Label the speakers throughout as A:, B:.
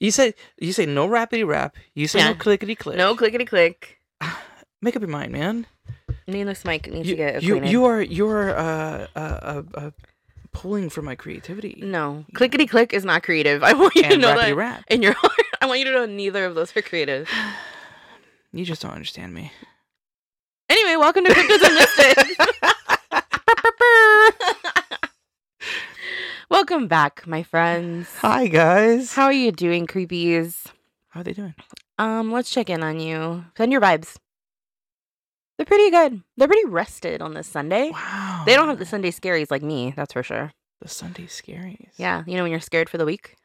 A: You say you say no rappity rap. You say
B: Yeah.
A: no clickety click.
B: No clickety click.
A: Make up your mind, man.
B: Needless Mike needs
A: You
B: to get
A: you,
B: acquainted.
A: you are you are uh, uh, uh, uh, pulling from my creativity.
B: no, clickety click is not creative. I want you to
A: And
B: know
A: rappity
B: that
A: rap.
B: in your heart. I want you to know neither of those are creative.
A: You just don't understand me.
B: Anyway, welcome to Cryptos and Mystics. welcome back, my friends.
A: Hi guys.
B: How are you doing, creepies?
A: How are they doing?
B: Um, let's check in on you. Send your vibes. They're pretty good. They're pretty rested on this Sunday.
A: Wow.
B: They don't have the Sunday scaries like me, that's for sure.
A: the Sunday scaries.
B: Yeah, you know when you're scared for the week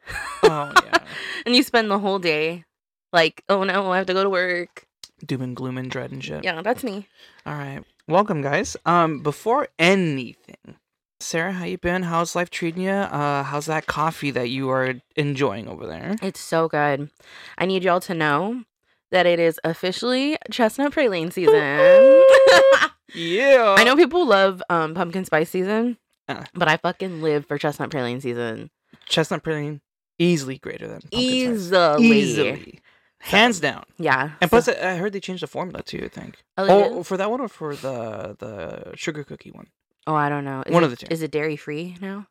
A: Oh yeah.
B: and you spend the whole day like, oh no, I have to go to work.
A: Doom and gloom and dread and shit.
B: Yeah, that's me.
A: All right. Welcome, guys. Um, before anything, Sarah, how you been? How's life treating you? Uh, how's that coffee that you are enjoying over there?
B: It's so good. I need y'all to know that it is officially chestnut praline season. I
A: Yeah.
B: know people love um, pumpkin spice season,
A: Uh.
B: but I fucking live for chestnut praline season.
A: chestnut praline easily greater than pumpkin spice.
B: Easily.
A: easily, hands down.
B: Yeah.
A: And
B: so-
A: plus, I I heard they changed the formula too. I think.
B: Oh, they
A: Oh,
B: did?
A: for that one or for the the sugar cookie one?
B: oh, I don't know. Is
A: one
B: it,
A: of the two.
B: Is it dairy free now?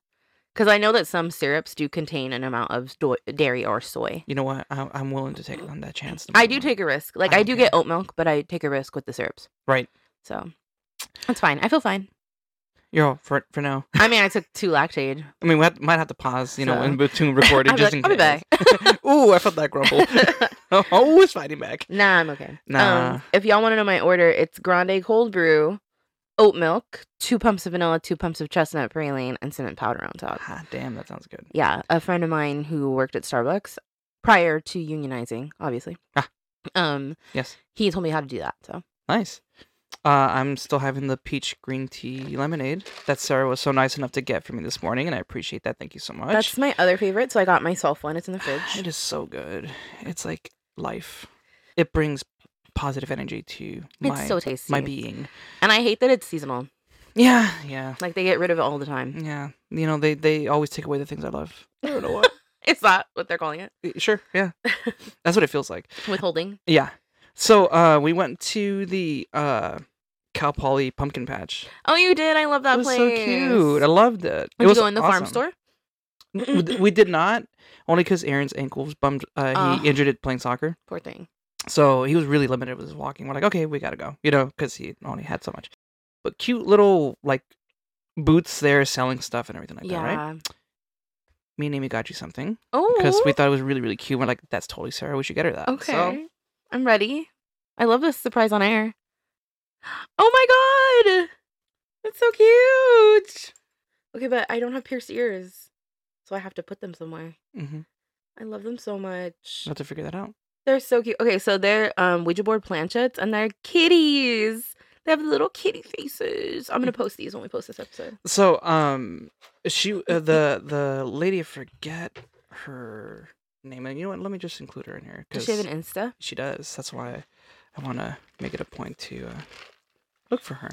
B: Because I know that some syrups do contain an amount of sto- dairy or soy.
A: You know what? I, I'm willing to take on that chance. no
B: I
A: matter
B: do
A: what.
B: take a risk. Like
A: I
B: I,
A: don't
B: do
A: care.
B: get oat milk, but I take a risk with the syrups.
A: Right.
B: So that's fine. I feel fine.
A: You're all for for now.
B: I mean, I took two lactaid.
A: I mean, we have, might have to pause. You know,
B: So-
A: in between recording,
B: I'll be
A: just
B: like,
A: in
B: "I'll be
A: case. Ooh, I felt that grumble. oh, it's fighting back.
B: Nah, I'm okay.
A: Nah.
B: Um, if y'all want to know my order, it's grande cold brew, oat milk, two pumps of vanilla, two pumps of chestnut praline, and cinnamon powder on top.
A: Ah, damn, that sounds good.
B: Yeah, a friend of mine who worked at Starbucks prior to unionizing, obviously.
A: Ah.
B: Um,
A: Yes,
B: he told me how to do that. So
A: nice. Uh, I'm still having the peach green tea lemonade that Sarah was so nice enough to get for me this morning, and I appreciate that. Thank you so much.
B: that's my other favorite. So I got myself one. It's in the
A: It
B: fridge.
A: is so good. It's like life. It brings positive energy to my
B: It's so tasty.
A: my being.
B: and I hate that it's seasonal.
A: Yeah, yeah,
B: Like they get rid of it all the time.
A: yeah. You know, they they always take away the things I love. I don't know why.
B: Is that what they're calling it?
A: Eh, sure, yeah. That's what it feels like.
B: Withholding.
A: Yeah. So uh, we went to the uh, Cal Poly Pumpkin Patch.
B: Oh, you did. I love that
A: it was
B: place.
A: so cute. I loved it.
B: Did
A: it was
B: you go in the farm
A: awesome.
B: store?
A: N- we- we did not, only because Aaron's ankle was bummed. Uh,
B: Ugh.
A: he injured it playing soccer,
B: Poor thing.
A: so he was really limited with his walking. We're like, okay, we gotta go, you know, because he only had so much. But cute little like boots there selling stuff and everything like
B: yeah.
A: that, right? Me and Amy got you something
B: Oh.
A: because we thought it was really really cute. We're like, that's totally Sarah. We should get her that.
B: Okay.
A: So,
B: I'm ready. I love this surprise on air. Oh my god! That's so cute. Okay, but I don't have pierced ears. So I have to put them somewhere.
A: hmm
B: I love them so much.
A: I'll have to figure that out.
B: They're so cute. Okay, so they're um Ouija board planchets and they're kitties. They have little kitty faces. I'm gonna post these when we post this episode.
A: So, um, she uh, the the lady I forget her name, and you know what? Let me just include her in here because
B: Does she have an Insta?
A: she does. That's why I want to make it a point to uh, look for her.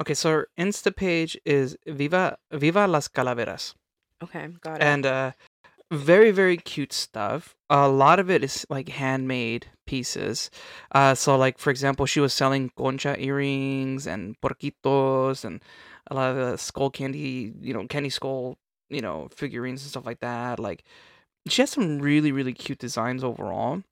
A: Okay, so her Insta page is Viva Viva las Calaveras,
B: Okay, got it.
A: and uh, very very cute stuff. A lot of it is like handmade pieces. Uh, so like for example, she was selling concha earrings and porquitos and a lot of the skull candy, you know, candy skull, you know, figurines and stuff like that. Like she has some really really cute designs overall.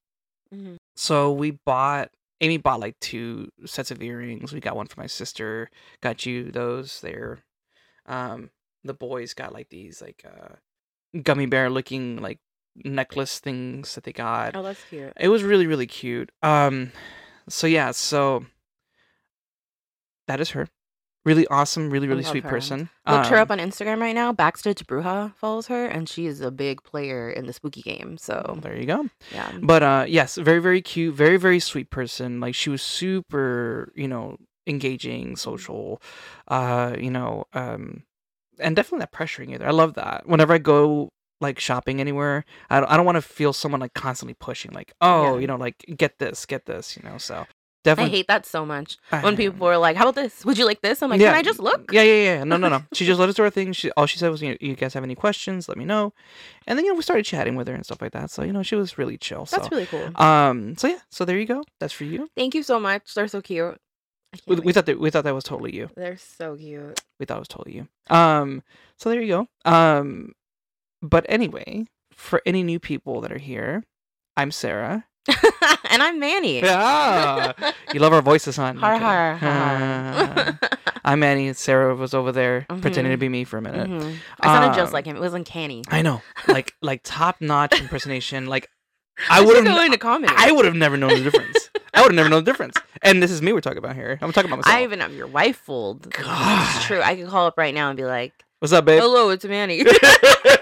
B: Mhm.
A: So we bought Amy bought like two sets of earrings. We got one for my sister. Got you those there. Um, the boys got like these like uh gummy bear looking like necklace things that they got.
B: Oh, that's cute.
A: It was really really cute. Um, so yeah, so that is her. Really awesome, really really
B: love
A: sweet
B: her.
A: person.
B: Looked her
A: Um,
B: up on Instagram right now. Backstitch Bruja follows her, and she is a big player in the spooky game. So
A: There you go.
B: yeah,
A: But uh yes, very very cute, very very sweet person. Like she was super, you know, engaging, social, uh, you know, um and definitely not pressuring either. I love that. Whenever I go like shopping anywhere, I don't, I don't want to feel someone like constantly pushing like, "Oh,
B: Yeah.
A: you know, like get this, get this," you know. So
B: I
A: Definitely.
B: hate that so much.
A: I
B: When
A: know.
B: people are like, "How about this? Would you like this?" I'm like, "Can I just look?"
A: Yeah, yeah, yeah. No, no, no. she just let us do our thing. She all she said was, you, you guys have any questions? Let me know." And then you know we started chatting with her and stuff like that. So you know she was really chill. So
B: That's really cool.
A: um, so yeah, so there you go. That's for you.
B: Thank you so much. They're so cute. I can't
A: We,
B: wait.
A: we thought that we thought that was totally you.
B: They're so cute.
A: We thought it was totally you. Um, so there you go. Um, but anyway, for any new people that are here, I'm Sarah.
B: and I'm Manny.
A: Yeah, you love our voices, huh? No, I'm
B: Har
A: kidding.
B: har
A: Ah.
B: har.
A: I'm Annie. Sarah was over there pretending to
B: Mhm.
A: be me for a minute.
B: Mhm. I sounded just
A: Um,
B: like him. It was uncanny.
A: I know, like like top notch impersonation. Like I
B: should
A: would
B: go
A: have,
B: into comedy.
A: I would have never known the difference. I would have never known the difference. And this is me we're talking about here. I'm talking about myself.
B: I even have your wife fooled.
A: God.
B: It's true. I could call up right now and be like,
A: What's up, babe?
B: "Hello, it's Manny."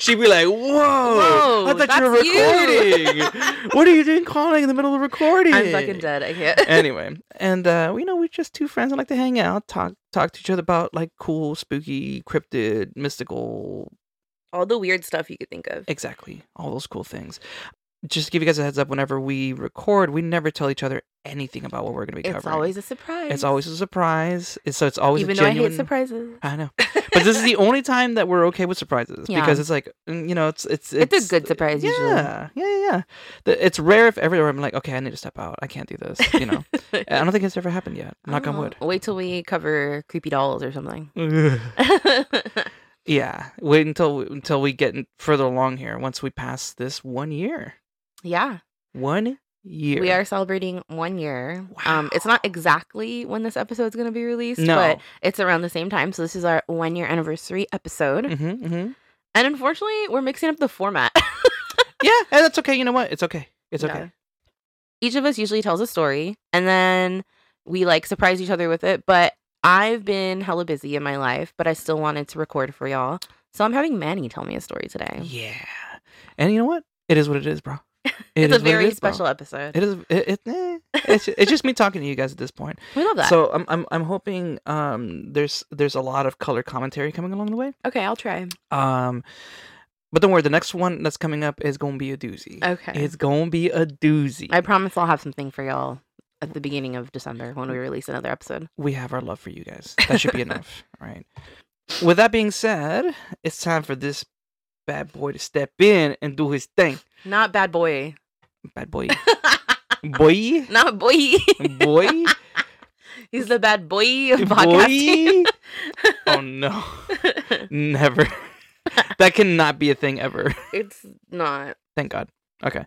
A: She'd be like, "Whoa! I
B: Whoa,
A: thought you were
B: that's you."
A: recording. what are you doing calling in the middle of recording?"
B: I'm fucking dead. I can't.
A: Anyway, and uh, we know we're just two friends that like to hang out, talk, talk to each other about like cool, spooky, cryptid, mystical,
B: All the weird stuff you could think of.
A: Exactly. All those cool things. Just to give you guys a heads up, whenever we record, we never tell each other anything about what we're going to be
B: It's
A: covering.
B: always a surprise.
A: it's always a surprise. It's- So it's always
B: even
A: a
B: though I
A: genuine.
B: hate surprises.
A: I know, but this is the only time that we're okay with surprises
B: Yeah.
A: because it's like mm, you know, it's it's
B: It's a good surprise
A: Yeah,
B: usually.
A: yeah, yeah, yeah. The- It's rare if ever I'm like, okay, I need to step out. I can't do this. You know, I don't think it's ever happened yet. Knock on
B: Oh,
A: wood.
B: Wait till we cover creepy dolls or something.
A: Ugh.
B: Ah.
A: yeah, wait until until we get in- further along here. Once we pass this one year,
B: yeah,
A: one year.
B: we are celebrating one year. Um, it's not exactly when this episode's going to be released,
A: No.
B: but it's around the same time. So this is our one year anniversary episode,
A: Mhm, mhm.
B: and unfortunately, we're mixing up the format.
A: Yeah, and that's okay. You know what? It's okay. It's
B: Yeah.
A: okay.
B: Each of us usually tells a story, and then we like surprise each other with it. But I've been hella busy in my life, but I still wanted to record for y'all. So I'm having Manny tell me a story today.
A: Yeah. And you know what? It is what it is, bro. It is
B: it's
A: what
B: a
A: it
B: very
A: is, bro.
B: special episode.
A: It is. It, it, eh, it's, it's just me talking to you guys at this point.
B: we love that.
A: So I'm, I'm I'm hoping um there's there's a lot of color commentary coming along the way.
B: okay, I'll try.
A: Um, but don't worry, the next one that's coming up is gonna be a doozy.
B: Okay.
A: It's gonna be a doozy.
B: I promise I'll have something for y'all at the beginning of December when we release another episode.
A: we have our love for you guys. That should be enough. All right. With that being said, it's time for this bad boy to step in and do his thing.
B: Not bad boy.
A: Bad boy. Boy.
B: Not boy.
A: Boy.
B: He's the bad boy of podcasting.
A: Boy. Oh no. Never. That cannot be a thing ever.
B: it's not.
A: Thank God. Okay.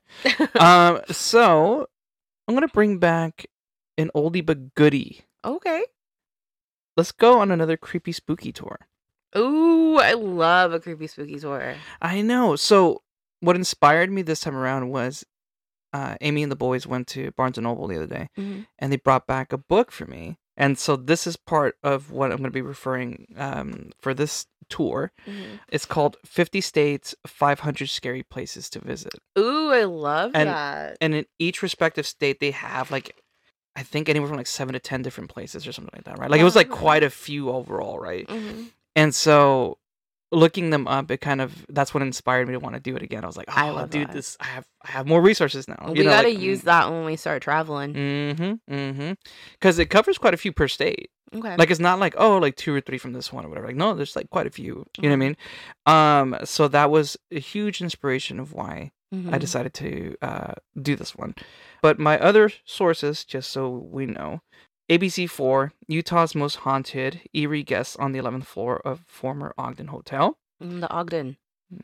B: Uh,
A: Um so I'm going to bring back an oldie but goodie.
B: okay.
A: Let's go on another creepy spooky tour.
B: Ooh, I love a creepy spooky tour.
A: I know. So what inspired me this time around was uh, Amy and the boys went to Barnes and Noble the other day,
B: Mhm.
A: and they brought back a book for me. And so this is part of what I'm going to be referring um, for this tour.
B: mm-hmm.
A: It's called 50 States, 500 Scary Places to Visit.
B: Ooh, I love
A: And-
B: that.
A: And in each respective state, they have like, I think anywhere from like seven to 10 different places or something like that, right? Like it was like
B: Wow.
A: quite a few overall, right?
B: Mhm.
A: And so looking them up, it kind of that's what inspired me to want to do it again. I was like, oh,
B: I love
A: dude,
B: that.
A: this I have I have more resources now.
B: We gotta
A: mm
B: use that when we start traveling.
A: Mm-hmm. Mm-hmm. Because it covers quite a few per state.
B: Okay.
A: Like it's not like oh like two or three from this one or whatever. Like no, there's like quite a few. You know what I
B: Mm-hmm.
A: mean? Um. So that was a huge inspiration of why I
B: Mhm.
A: decided to uh, do this one. But my other sources, just so we know, ABC4, Utah's most haunted, eerie guests on the 11th floor of former Ogden Hotel.
B: Mm, the Ogden.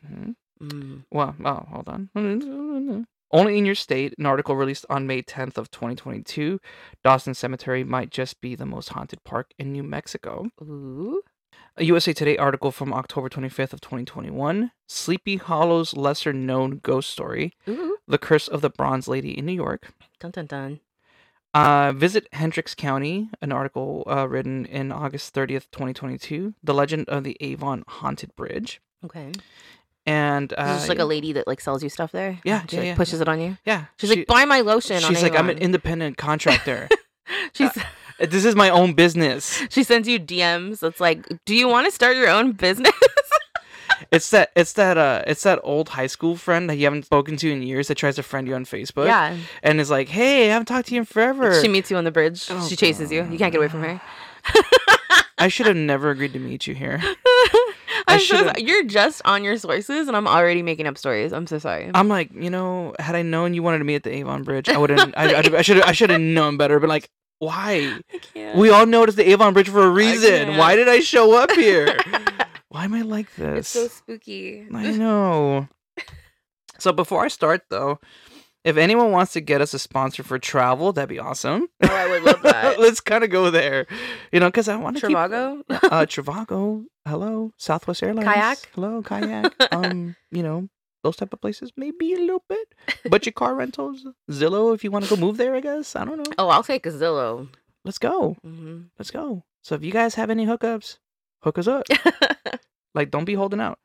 A: hmm
B: Mm.
A: Well, oh, hold on. Only in your state, an article released on May 10th of 2022, Dawson Cemetery might just be the most haunted park in New Mexico.
B: Ooh.
A: A USA Today article from October 25th of 2021, Sleepy Hollow's lesser-known ghost story,
B: Ooh.
A: The Curse of the Bronze Lady in New York.
B: Dun dun dun.
A: Uh, visit Hendricks County, an article uh, written in August 30th, 2022, The Legend of the Avon Haunted Bridge.
B: Okay.
A: And uh,
B: There's just like a lady that like sells you stuff there.
A: Yeah,
B: She
A: yeah,
B: like,
A: yeah.
B: pushes it on you.
A: yeah,
B: She's
A: she-
B: like, buy my lotion. on
A: She's like, I'm an uh
B: Avon."
A: independent contractor.
B: She's
A: this is my own business.
B: she sends you DMs. It's like, do you want to start your own business?
A: It's that it's that uh it's that old high school friend that you haven't spoken to in years that tries to friend you on Facebook
B: yeah.
A: and is like, "Hey, I haven't talked to you in forever."
B: She meets you on the bridge.
A: Oh,
B: she chases you. You can't get away from her.
A: I should have never agreed to meet you here.
B: I'm so
A: should've-
B: sorry. You're just on your sources, and I'm already making up stories. I'm so sorry.
A: I'm like, you know, had I known you wanted to meet at the Avon Bridge, I wouldn't. I, I, I should. I should have known better. But like, why?
B: I can't.
A: We all know it's the Avon Bridge for a reason.
B: can't.
A: Why did I show up here? why am I like
B: it's
A: this?
B: so spooky.
A: I know. So before I start though, if anyone wants to get us a sponsor for travel, that'd be awesome.
B: Oh, I would love that.
A: Let's kind of go there, you know, because I want to keep
B: Trivago.
A: uh Trivago, hello, Southwest Airlines.
B: Kayak.
A: Hello, kayak. um, you know, those type of places, maybe a little bit. But your car rentals, Zillow if you want to go move there, I guess. I don't know.
B: Oh, I'll take a Zillow.
A: Let's go.
B: hmm
A: Let's go. So if you guys have any hookups, hook us up. Like don't be holding out.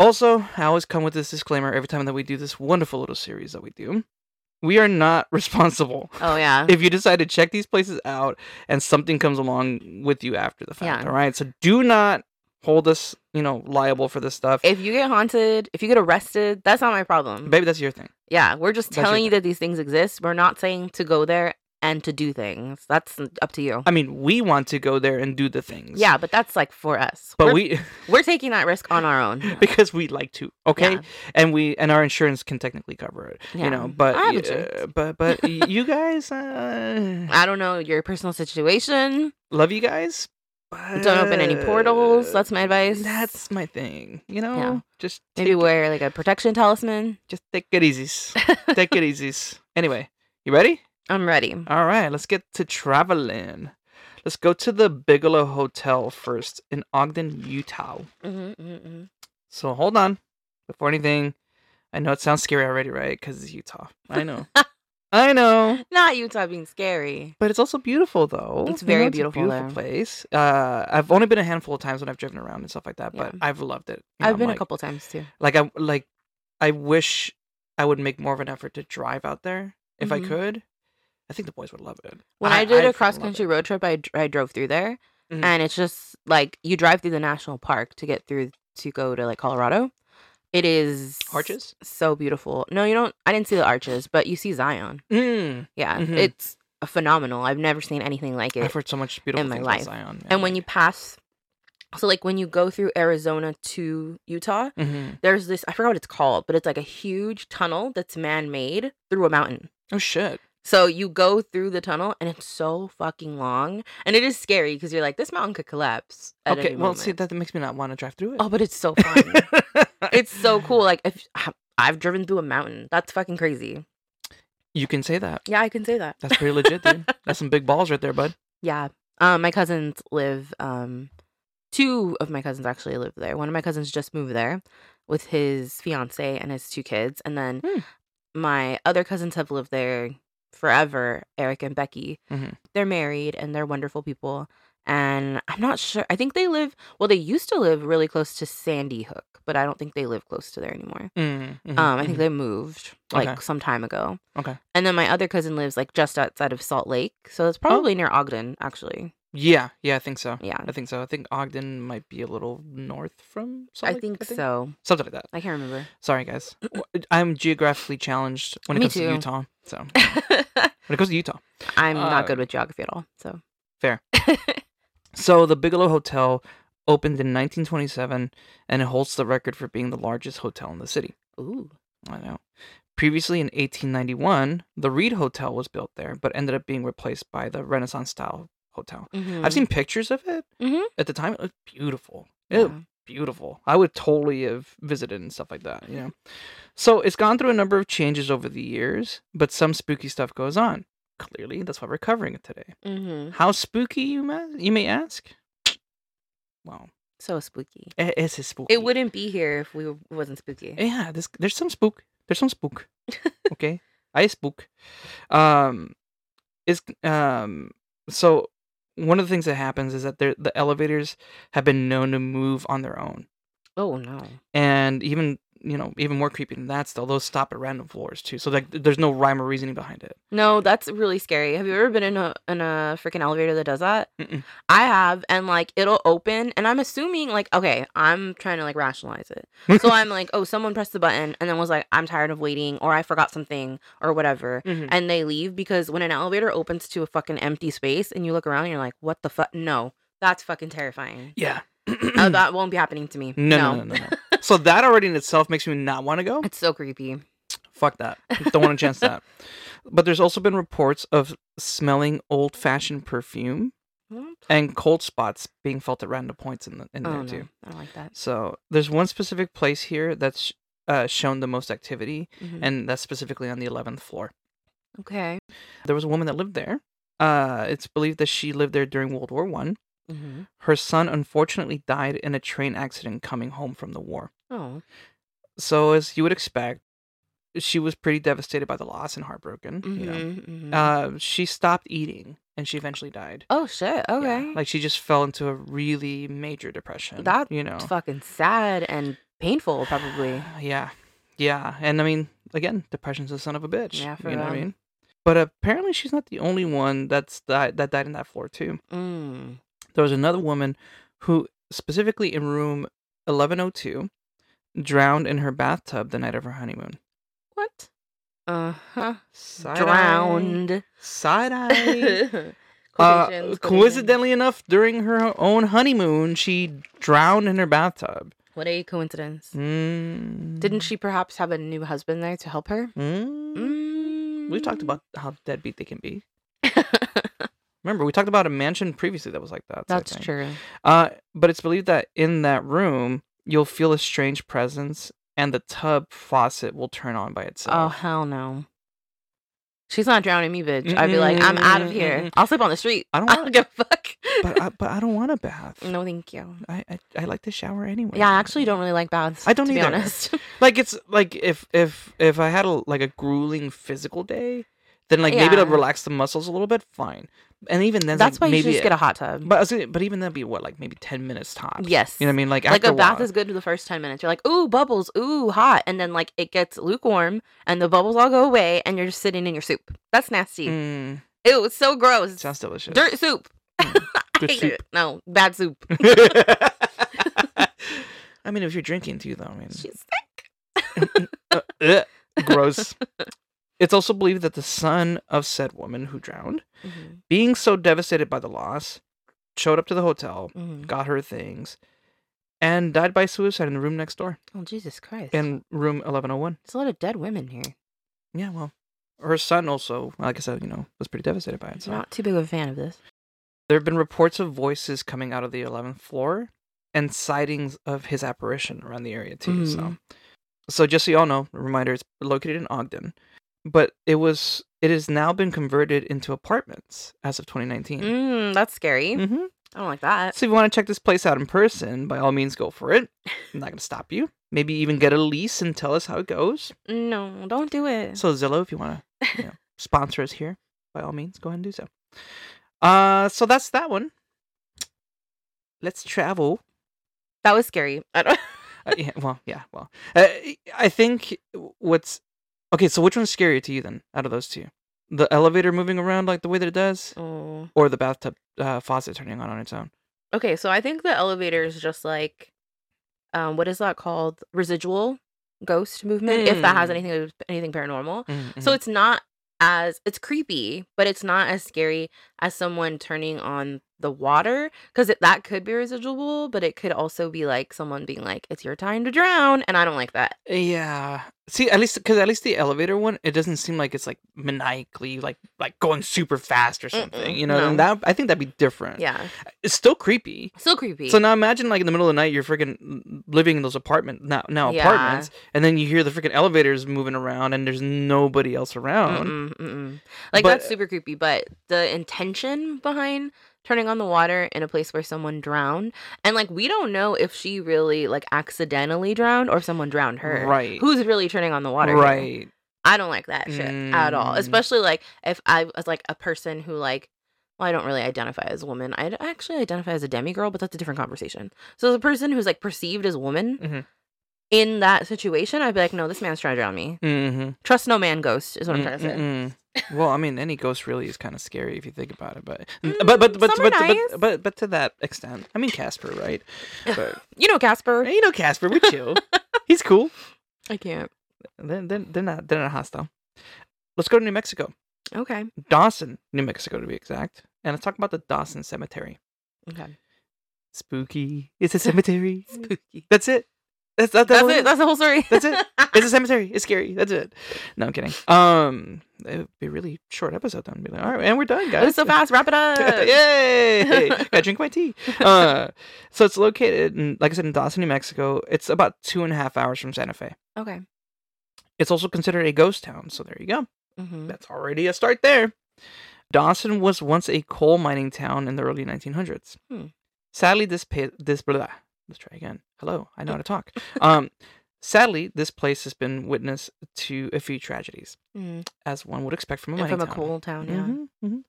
A: Also, I always come with this disclaimer every time that we do this wonderful little series that we do. We are not responsible.
B: oh yeah.
A: If you decide to check these places out and something comes along with you after the fact,
B: Yeah.
A: all right? So do not hold us, you know, liable for this stuff.
B: If you get haunted, if you get arrested, that's not my problem.
A: Baby, that's your thing.
B: Yeah, we're just
A: That's your
B: telling you that these things exist. We're not saying to go there and to do things. That's n- up to you.
A: I mean, we want to go there and do the things.
B: Yeah, but that's like for us.
A: But
B: we're,
A: we
B: we're taking that risk on our own.
A: because we like to, okay?
B: Yeah.
A: And we and our insurance can technically cover it,
B: Yeah.
A: you know. But
B: I have
A: y-
B: insurance.
A: uh, but but y- you guys uh,
B: I don't know your personal situation.
A: love you guys.
B: Don't open any portals.
A: but
B: That's my advice.
A: Uh, That's my thing. You know, just
B: maybe
A: take,
B: wear like a protection talisman.
A: just take it easy. take it easy. Anyway, you ready?
B: I'm ready.
A: All right, let's get to traveling. Let's go to the Bigelow Hotel first in Ogden, Utah. Mm-hmm, So hold on. Before anything, I know it sounds scary already, right? Because it's Utah. I know. I know.
B: Not Utah being scary.
A: But it's also beautiful, though.
B: It's
A: You
B: very
A: know,
B: beautiful
A: beautiful
B: there.
A: place. Uh, I've only been a handful of times when I've driven around and stuff like that, but
B: Yeah.
A: I've loved it. You know,
B: I've
A: I'm
B: been
A: like,
B: a couple times too.
A: Like I like, I wish I would make more of an effort to drive out there if I
B: Mhm.
A: could. I think the boys would love it.
B: When I, did
A: a
B: a cross country road trip, I, d- I drove through there,
A: Mhm.
B: and it's just like you drive through the national park to get through to go to like Colorado. It is
A: arches.
B: so beautiful. No, you don't. I didn't see the arches, but you see Zion.
A: Mm.
B: Yeah,
A: Mhm.
B: it's a phenomenal. I've never seen anything like it.
A: I've heard so much beautiful
B: my
A: things
B: life.
A: about Zion.
B: and when you pass, so like when you go through Arizona to Utah,
A: hmm
B: there's this I forgot what it's called, but it's like a huge tunnel that's man made through a mountain.
A: oh shit,
B: So you go through the tunnel and it's so fucking long and it is scary because you're like this mountain could collapse. At
A: okay.
B: any
A: Well, see
B: moment.
A: that, that makes me not want to drive through it.
B: Oh, but it's so fun. it's so cool. Like if I've driven through a mountain, that's fucking crazy.
A: You can say that.
B: Yeah, I can say that.
A: That's pretty legit, dude. That's some big balls right there, bud.
B: Yeah. Um, my cousins live. Um, two of my cousins actually live there. One of my cousins just moved there with his fiance and his two kids, and then
A: Hmm.
B: my other cousins have lived there forever. Eric and Becky.
A: Mhm.
B: They're married and they're wonderful people. And I'm not sure. I think they live. Well, they used to live really close to Sandy Hook, but I don't think they live close to there anymore.
A: Mm, mhm,
B: Um, I
A: mhm.
B: think they moved like
A: Okay.
B: some time ago.
A: Okay.
B: And then my other cousin lives like just outside of Salt Lake, so
A: Oh.
B: it's probably near Ogden, actually.
A: Yeah, yeah, I think so.
B: Yeah,
A: I think so. I think Ogden might be a little north from. Salt
B: I
A: Lake,
B: think so.
A: Something like that.
B: I can't remember.
A: Sorry, guys. W- I'm geographically challenged when it
B: Me
A: comes
B: too.
A: to Utah. So when it comes to Utah,
B: I'm
A: Uh,
B: not good with geography at all. So
A: so the Bigelow Hotel opened in 1927, and it holds the record for being the largest hotel in the city.
B: ooh,
A: I know. Previously in 1891, the Reed Hotel was built there, but ended up being replaced by the Renaissance style hotel.
B: Mm-hmm.
A: I've
B: Mm.
A: seen pictures of it
B: Mhm.
A: at the time. It looked beautiful. It
B: Yeah.
A: looked beautiful. I would totally have visited and stuff like that, you know. So it's gone through a number of changes over the years, but some spooky stuff goes on. Clearly, that's why we're covering it today.
B: hmm
A: How spooky you may, you may ask? Well,
B: so spooky.
A: it is spooky.
B: It wouldn't be here if we wasn't spooky.
A: Yeah, this, there's some spook. There's some spook. okay, I spook. Um, is um so one of the things that happens is that there- the elevators have been known to move on their own.
B: oh no,
A: and even you know, even more creepy than that still, they'll stop at random floors too. So like there's no rhyme or reasoning behind it.
B: No, that's really scary. Have you ever been in a in a freaking elevator that does that?
A: Mm-mm.
B: I have, and like it'll open, and I'm assuming like okay, I'm trying to like rationalize it. so I'm like, oh, someone pressed the button, and then was like, I'm tired of waiting, or I forgot something, or whatever,
A: Mhm.
B: and they leave because when an elevator opens to a fucking empty space, and you look around, and you're like, what the fuck? No, that's fucking terrifying.
A: Yeah.
B: Oh,
A: no,
B: that won't be happening to me.
A: no, no, no, no. no. so that already in itself makes me not want to go.
B: It's so creepy.
A: Fuck that. Don't want to chance that. But there's also been reports of smelling old fashioned perfume
B: Well,
A: and cold spots being felt at random points in, the, in
B: Oh,
A: there
B: no.
A: too.
B: I don't like that.
A: So there's one specific place here that's uh, shown the most activity,
B: Mhm.
A: and that's specifically on the 11th floor.
B: Okay.
A: There was a woman that lived there. Uh, it's believed that she lived there during World War One.
B: hmm
A: Her son unfortunately died in a train accident coming home from the war.
B: Oh.
A: So as you would expect, she was pretty devastated by the loss and heartbroken. You know,
B: Mhm, mhm.
A: uh, she stopped eating and she eventually died.
B: oh shit.
A: Yeah,
B: Okay.
A: like she just fell into a really major depression.
B: That
A: you know,
B: It's fucking sad and painful, probably.
A: Yeah. Yeah. And I mean, again, depression's a son of a bitch.
B: Yeah, for
A: you know what I
B: real.
A: mean? But apparently she's not the only one that's died that died in that floor too.
B: Mm.
A: There was another woman who specifically in room eleven oh two drowned in her bathtub the night of her honeymoon.
B: What? Uh huh.
A: Side
B: Drowned.
A: Side eye.
B: Collisions,
A: Uh,
B: collisions.
A: coincidentally enough, during her own honeymoon, she drowned in her bathtub.
B: What a coincidence.
A: Mm.
B: Didn't she perhaps have a new husband there to help her?
A: Mm.
B: Mm.
A: We've talked about how deadbeat they can be. Remember, we talked about a mansion previously that was like that. so I
B: That's
A: think.
B: true.
A: Uh, but it's believed that in that room, you'll feel a strange presence and the tub faucet will turn on by
B: Oh,
A: itself.
B: hell no. She's not drowning me, bitch. I'd be like, I'm out of here.
A: Mm-mm-mm-mm-mm.
B: I'll sleep on the street.
A: I don't
B: I
A: wanna-
B: don't give a fuck.
A: But, I, but I don't want a bath.
B: no, thank you.
A: I, I, I like to shower anyway.
B: Yeah, I actually don't really like baths.
A: I don't
B: to
A: either.
B: Be honest.
A: Like it's like if if if I had a like a grueling physical day, then like maybe it'll
B: Yeah.
A: relax the muscles a little bit. Fine, and even then like,
B: That's why you
A: maybe
B: should just
A: it-
B: get a hot tub.
A: But I was gonna- but even that'd be what like maybe ten minutes tops.
B: Yes.
A: You know what I mean? Like
B: like
A: after
B: a bath
A: while-
B: is good for the first 10 minutes you're like ooh bubbles ooh hot and then like it gets lukewarm and the bubbles all go away and you're just sitting in your soup that's nasty
A: Mm,
B: ew it's so gross
A: sounds delicious.
B: dirt soup I
A: Mm. Good
B: hate
A: soup.
B: it. no bad soup
A: I mean, if you're drinking too, though, I mean,
B: she's
A: Uh, Ugh, gross. it's also believed that the son of said woman who drowned,
B: sick
A: being so devastated by the loss, showed up to the hotel,
B: Mhm.
A: got her things, and died by suicide in the room next door,
B: oh jesus christ
A: in room 1101.
B: there's a lot of dead women here
A: Yeah, well, her son also, like I said, you know, was pretty devastated by it.
B: It's
A: So.
B: not too big of a fan of this
A: There have been reports of voices coming out of the 11th floor and sightings of his apparition around the area too. So,
B: Mhm.
A: so just so y'all know, a reminder: it's located in Ogden, but it was it has now been converted into apartments as of 2019.
B: mm, that's scary
A: hmm
B: i don't like that
A: So if you want to check this place out in person, by all means, go for it. I'm not going to stop you. Maybe even get a lease and tell us how it goes.
B: no don't do it
A: So Zillow, if you want to you know, sponsor us here, by all means, go ahead and do so. Uh, so that's that one. Let's travel.
B: that was scary i don't
A: Uh, yeah, well, yeah, well, uh, I think what's okay. So which one's scarier to you then, out of those two? The elevator moving around like the way that it does,
B: oh
A: or the bathtub uh, faucet turning on on its own?
B: Okay, so I think the elevator is just like, um, what is that called? Residual ghost movement, if that has
A: Mm. Mm-hmm.
B: anything to do with anything paranormal. So it's not as it's creepy, but it's not as scary as someone turning on the water because that could be residual, but it could also be like someone being like, "It's your time to drown," and I don't like that.
A: yeah. See, at least because at least the elevator one, it doesn't seem like it's like maniacally like like going super fast or something.
B: Mm-mm,
A: you know, then that I think that'd be different.
B: Yeah,
A: it's still creepy.
B: still creepy.
A: So now imagine like in the middle of the night you're freaking living in those apartment now now
B: Yeah.
A: apartments and then you hear the freaking elevators moving around and there's nobody else around.
B: Mm-mm, mm-mm. Like
A: But-
B: that's super creepy, but the intention behind turning on the water in a place where someone drowned and like we don't know if she really like accidentally drowned or if someone drowned her.
A: Right.
B: Who's really turning on the water? here?
A: right.
B: I don't like that shit at all.
A: Mm.
B: Especially like if I was like a person who like well, I don't really identify as a woman. I d- actually identify as a demigirl, but that's a different conversation. So the person who's like perceived as woman,
A: Mhm.
B: in that situation, I'd be like, no, this man's trying to drown me.
A: Mm-hmm.
B: Trust no man ghost is what I'm trying to say.
A: Mm-mm. well, I mean, any ghost really is kind of scary if you think about it, but but but but but,
B: Mm, some are
A: but,
B: nice.
A: but but but to that extent, I mean Casper, right? But
B: You know, Casper.
A: you know Casper, we chill. He's cool.
B: I can't.
A: They're, they're, they're not they're not hostile. Let's go to New Mexico,
B: Okay.
A: Dawson, New Mexico to be exact, and let's talk about the Dawson Cemetery.
B: Okay.
A: Spooky. It's a cemetery.
B: Spooky.
A: That's it. That's that's,
B: That's it. That's the whole story.
A: That's it. it's a cemetery. It's scary. That's it. No, I'm kidding. Um, it would be a really short episode then. Be like, all right, and we're done,
B: That
A: guys.
B: was so fast. Wrap it up.
A: Yay! Gotta drink my tea. Uh, so it's located, in, like I said, in Dawson, New Mexico. It's about two and a half hours from Santa Fe.
B: Okay.
A: It's also considered a ghost town. So there you go.
B: hmm
A: That's already a start there. Dawson was once a coal mining town in the early 1900s.
B: Hmm.
A: Sadly, this pa- this blah. Let's try again. Hello, I know how to talk. Um, sadly, this place has been witness to a few tragedies,
B: Mm.
A: as one would expect from a
B: And
A: mining
B: from a
A: town.
B: coal town, yeah.
A: Mhm, mhm.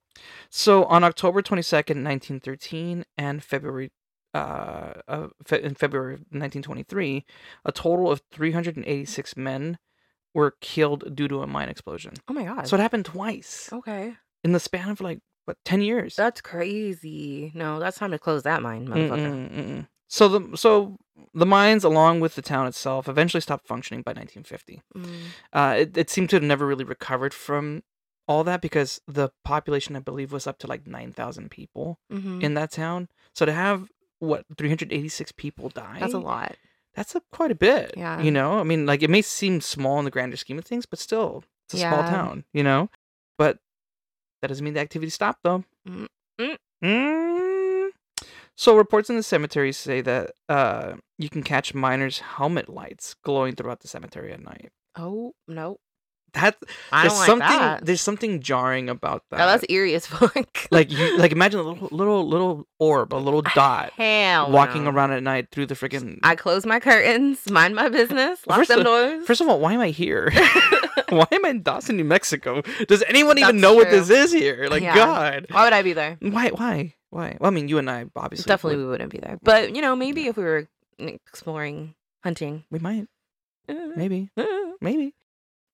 A: So on October 22nd, 1913, and February uh, of fe- in February of 1923, a total of 386 men were killed due to a mine explosion.
B: Oh my god.
A: So it happened twice
B: okay.
A: in the span of like what 10 years.
B: That's crazy. No, that's time to close that mine,
A: Mm,
B: motherfucker.
A: mm, mm, mm. So the so the mines along with the town itself eventually stopped functioning by 1950.
B: Mm.
A: Uh it, it seemed to have never really recovered from all that because the population I believe was up to like 9,000 people
B: Mhm.
A: in that town. So to have what 386 people die
B: That's a lot.
A: That's a, quite a bit.
B: Yeah.
A: You know, I mean like it may seem small in the grander scheme of things, but still it's a small
B: Yeah.
A: town, you know? But that doesn't mean the activity stopped though.
B: Mm, mm.
A: Mm. So reports in the cemetery say that uh, you can catch miners' helmet lights glowing throughout the cemetery at night.
B: Oh no,
A: That
B: I
A: there's
B: don't like
A: something
B: that.
A: there's something jarring about that.
B: Now, that's e-, eerie as fuck.
A: like you like imagine a little little little orb, a little dot
B: Hell,
A: walking
B: no.
A: around at night through the freaking
B: I close my curtains, mind my business, lock
A: First
B: them
A: of-
B: doors.
A: First of all, why am I here? why am I in Dawson, New Mexico? Does anyone even
B: That's
A: know what
B: true.
A: this is here? Like
B: Yeah.
A: god.
B: Why would I be there?
A: Why why? Why? Well, I mean, you and I obviously
B: Definitely,
A: would-
B: we wouldn't be there. But you know, maybe if we were exploring, hunting,
A: we might maybe.
B: Mm.
A: maybe.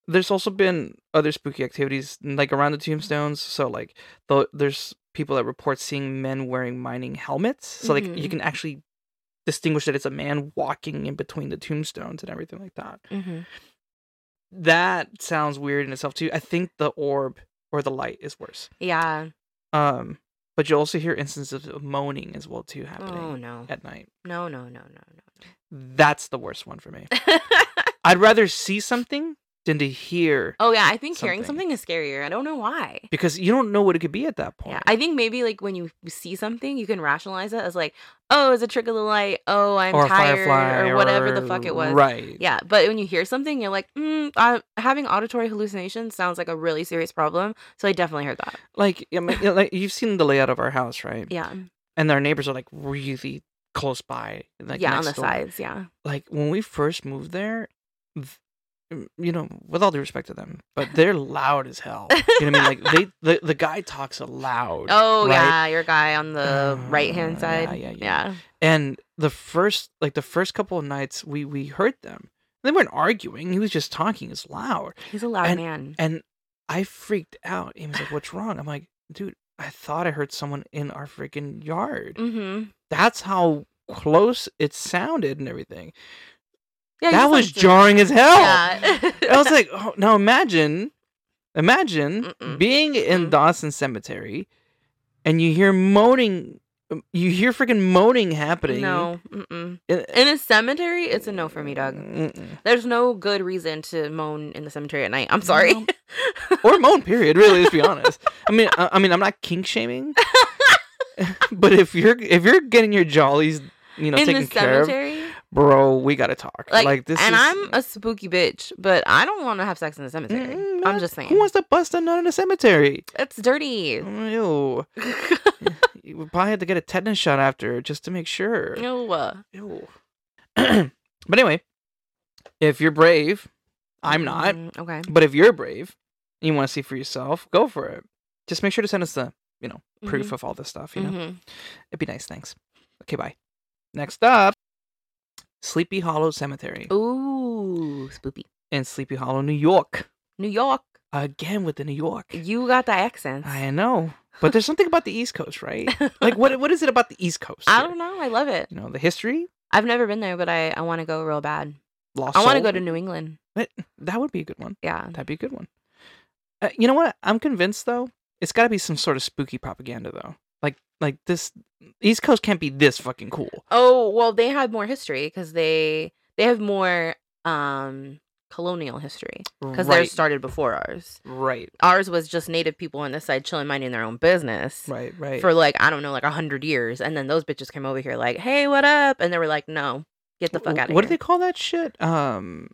A: There's also been other spooky activities like around the tombstones. So like the, there's people that report seeing men wearing mining helmets. So like you
B: Mhm.
A: can actually distinguish that it's a man walking in between the tombstones and everything like that.
B: Mhm.
A: That sounds weird in itself too. I think the orb or the light is worse.
B: Yeah.
A: Um, but you also hear instances of moaning as well too
B: Oh
A: happening
B: no.
A: at night.
B: No. No. No. No. No.
A: That's the worst one for me.
B: no.
A: I'd rather see something than to hear
B: oh yeah, I think hearing
A: Something.
B: something is scarier. I don't know why.
A: because you don't know what it could be at that point.
B: Yeah, I think maybe like when you see something, you can rationalize it as like, oh, it's a trick of the light. Oh, I'm
A: or a
B: tired,
A: firefly
B: or whatever the fuck
A: or-
B: it was.
A: Right.
B: Yeah, but when you hear something, you're like, mm, I, having auditory hallucinations sounds like a really serious problem. So I definitely heard that.
A: Like, I mean, you know, like you've seen the layout of our house, right?
B: Yeah,
A: And our neighbors are like really close by. Like,
B: yeah, on
A: next
B: the
A: door.
B: sides. Yeah,
A: Like when we first moved there, th- m- you know, with all due respect to them, but they're loud as hell. You know what I mean? Like they, the, the guy talks loud.
B: Oh
A: right?
B: yeah, your guy on the
A: Uh,
B: right hand side.
A: yeah, yeah,
B: yeah.
A: And the first, like the first couple of nights, we we heard them. They weren't arguing. He was just talking. It's loud.
B: He's a loud
A: And-
B: man.
A: And I freaked out. He was like, "What's wrong?" I'm like, "Dude, I thought I heard someone in our freaking yard.
B: mm-hmm.
A: That's how close it sounded and everything.
B: Yeah, he
A: that
B: just
A: was
B: sounds-
A: jarring as hell."
B: Yeah.
A: I was like, "Oh, now imagine, imagine
B: Mm-mm.
A: being in
B: Mm-mm.
A: Dawson Cemetery, and you hear moaning." You hear freaking moaning happening.
B: no. Mm-mm.
A: in-
B: In a cemetery, it's a no for me,
A: Mm.
B: dog.
A: Mm-mm.
B: There's no good reason to moan in the cemetery at night. I'm sorry.
A: No. or moan period really let's be honest i mean I, I mean i'm not kink shaming but if you're if you're getting your jollies you know
B: in
A: taken
B: the
A: care of
B: cemetery,
A: bro we gotta talk like,
B: like,
A: this
B: and
A: is,
B: I'm a spooky bitch, but I don't want to have sex in the cemetery.
A: Mm,
B: I'm
A: man,
B: just saying,
A: who wants to bust a nut in a cemetery
B: it's dirty.
A: ew
B: no,
A: we probably had to get a tetanus shot after just to make sure
B: uh,
A: ew. but anyway if you're brave i'm not
B: mm, Okay,
A: but if you're brave and you want to see for yourself go for it just make sure to send us the
B: Mm-hmm.
A: proof of all this stuff you know
B: Mhm.
A: It'd be nice, thanks. Okay, bye. Next up, Sleepy Hollow Cemetery.
B: Mhm. spoopy.
A: in Sleepy Hollow, New York.
B: New York.
A: Again with the New York.
B: You got the accents. I,
A: I know. But there's something about the East Coast, right? Like what what is it about the East Coast? here?
B: don't know. I love it.
A: You know, the history?
B: I've never been there, but I, I want to go real bad.
A: Lost
B: I want
A: Soul?
B: to go to New England.
A: That would be a good one.
B: Yeah.
A: That'd be a good one. Uh, you know what? I'm convinced though. It's got to be some sort of spooky propaganda though. Like like this East Coast can't be this fucking cool.
B: Oh well, they have more history because they they have more um colonial history because they're
A: right.
B: started before ours.
A: right.
B: Ours was just native people on this side chilling, minding their own business
A: Right, right.
B: for like I don't know, like a hundred years, and then those bitches came over here like, "Hey, what up?" And they were like, "No, get the fuck
A: W-
B: out of here."
A: What do they call that shit? Um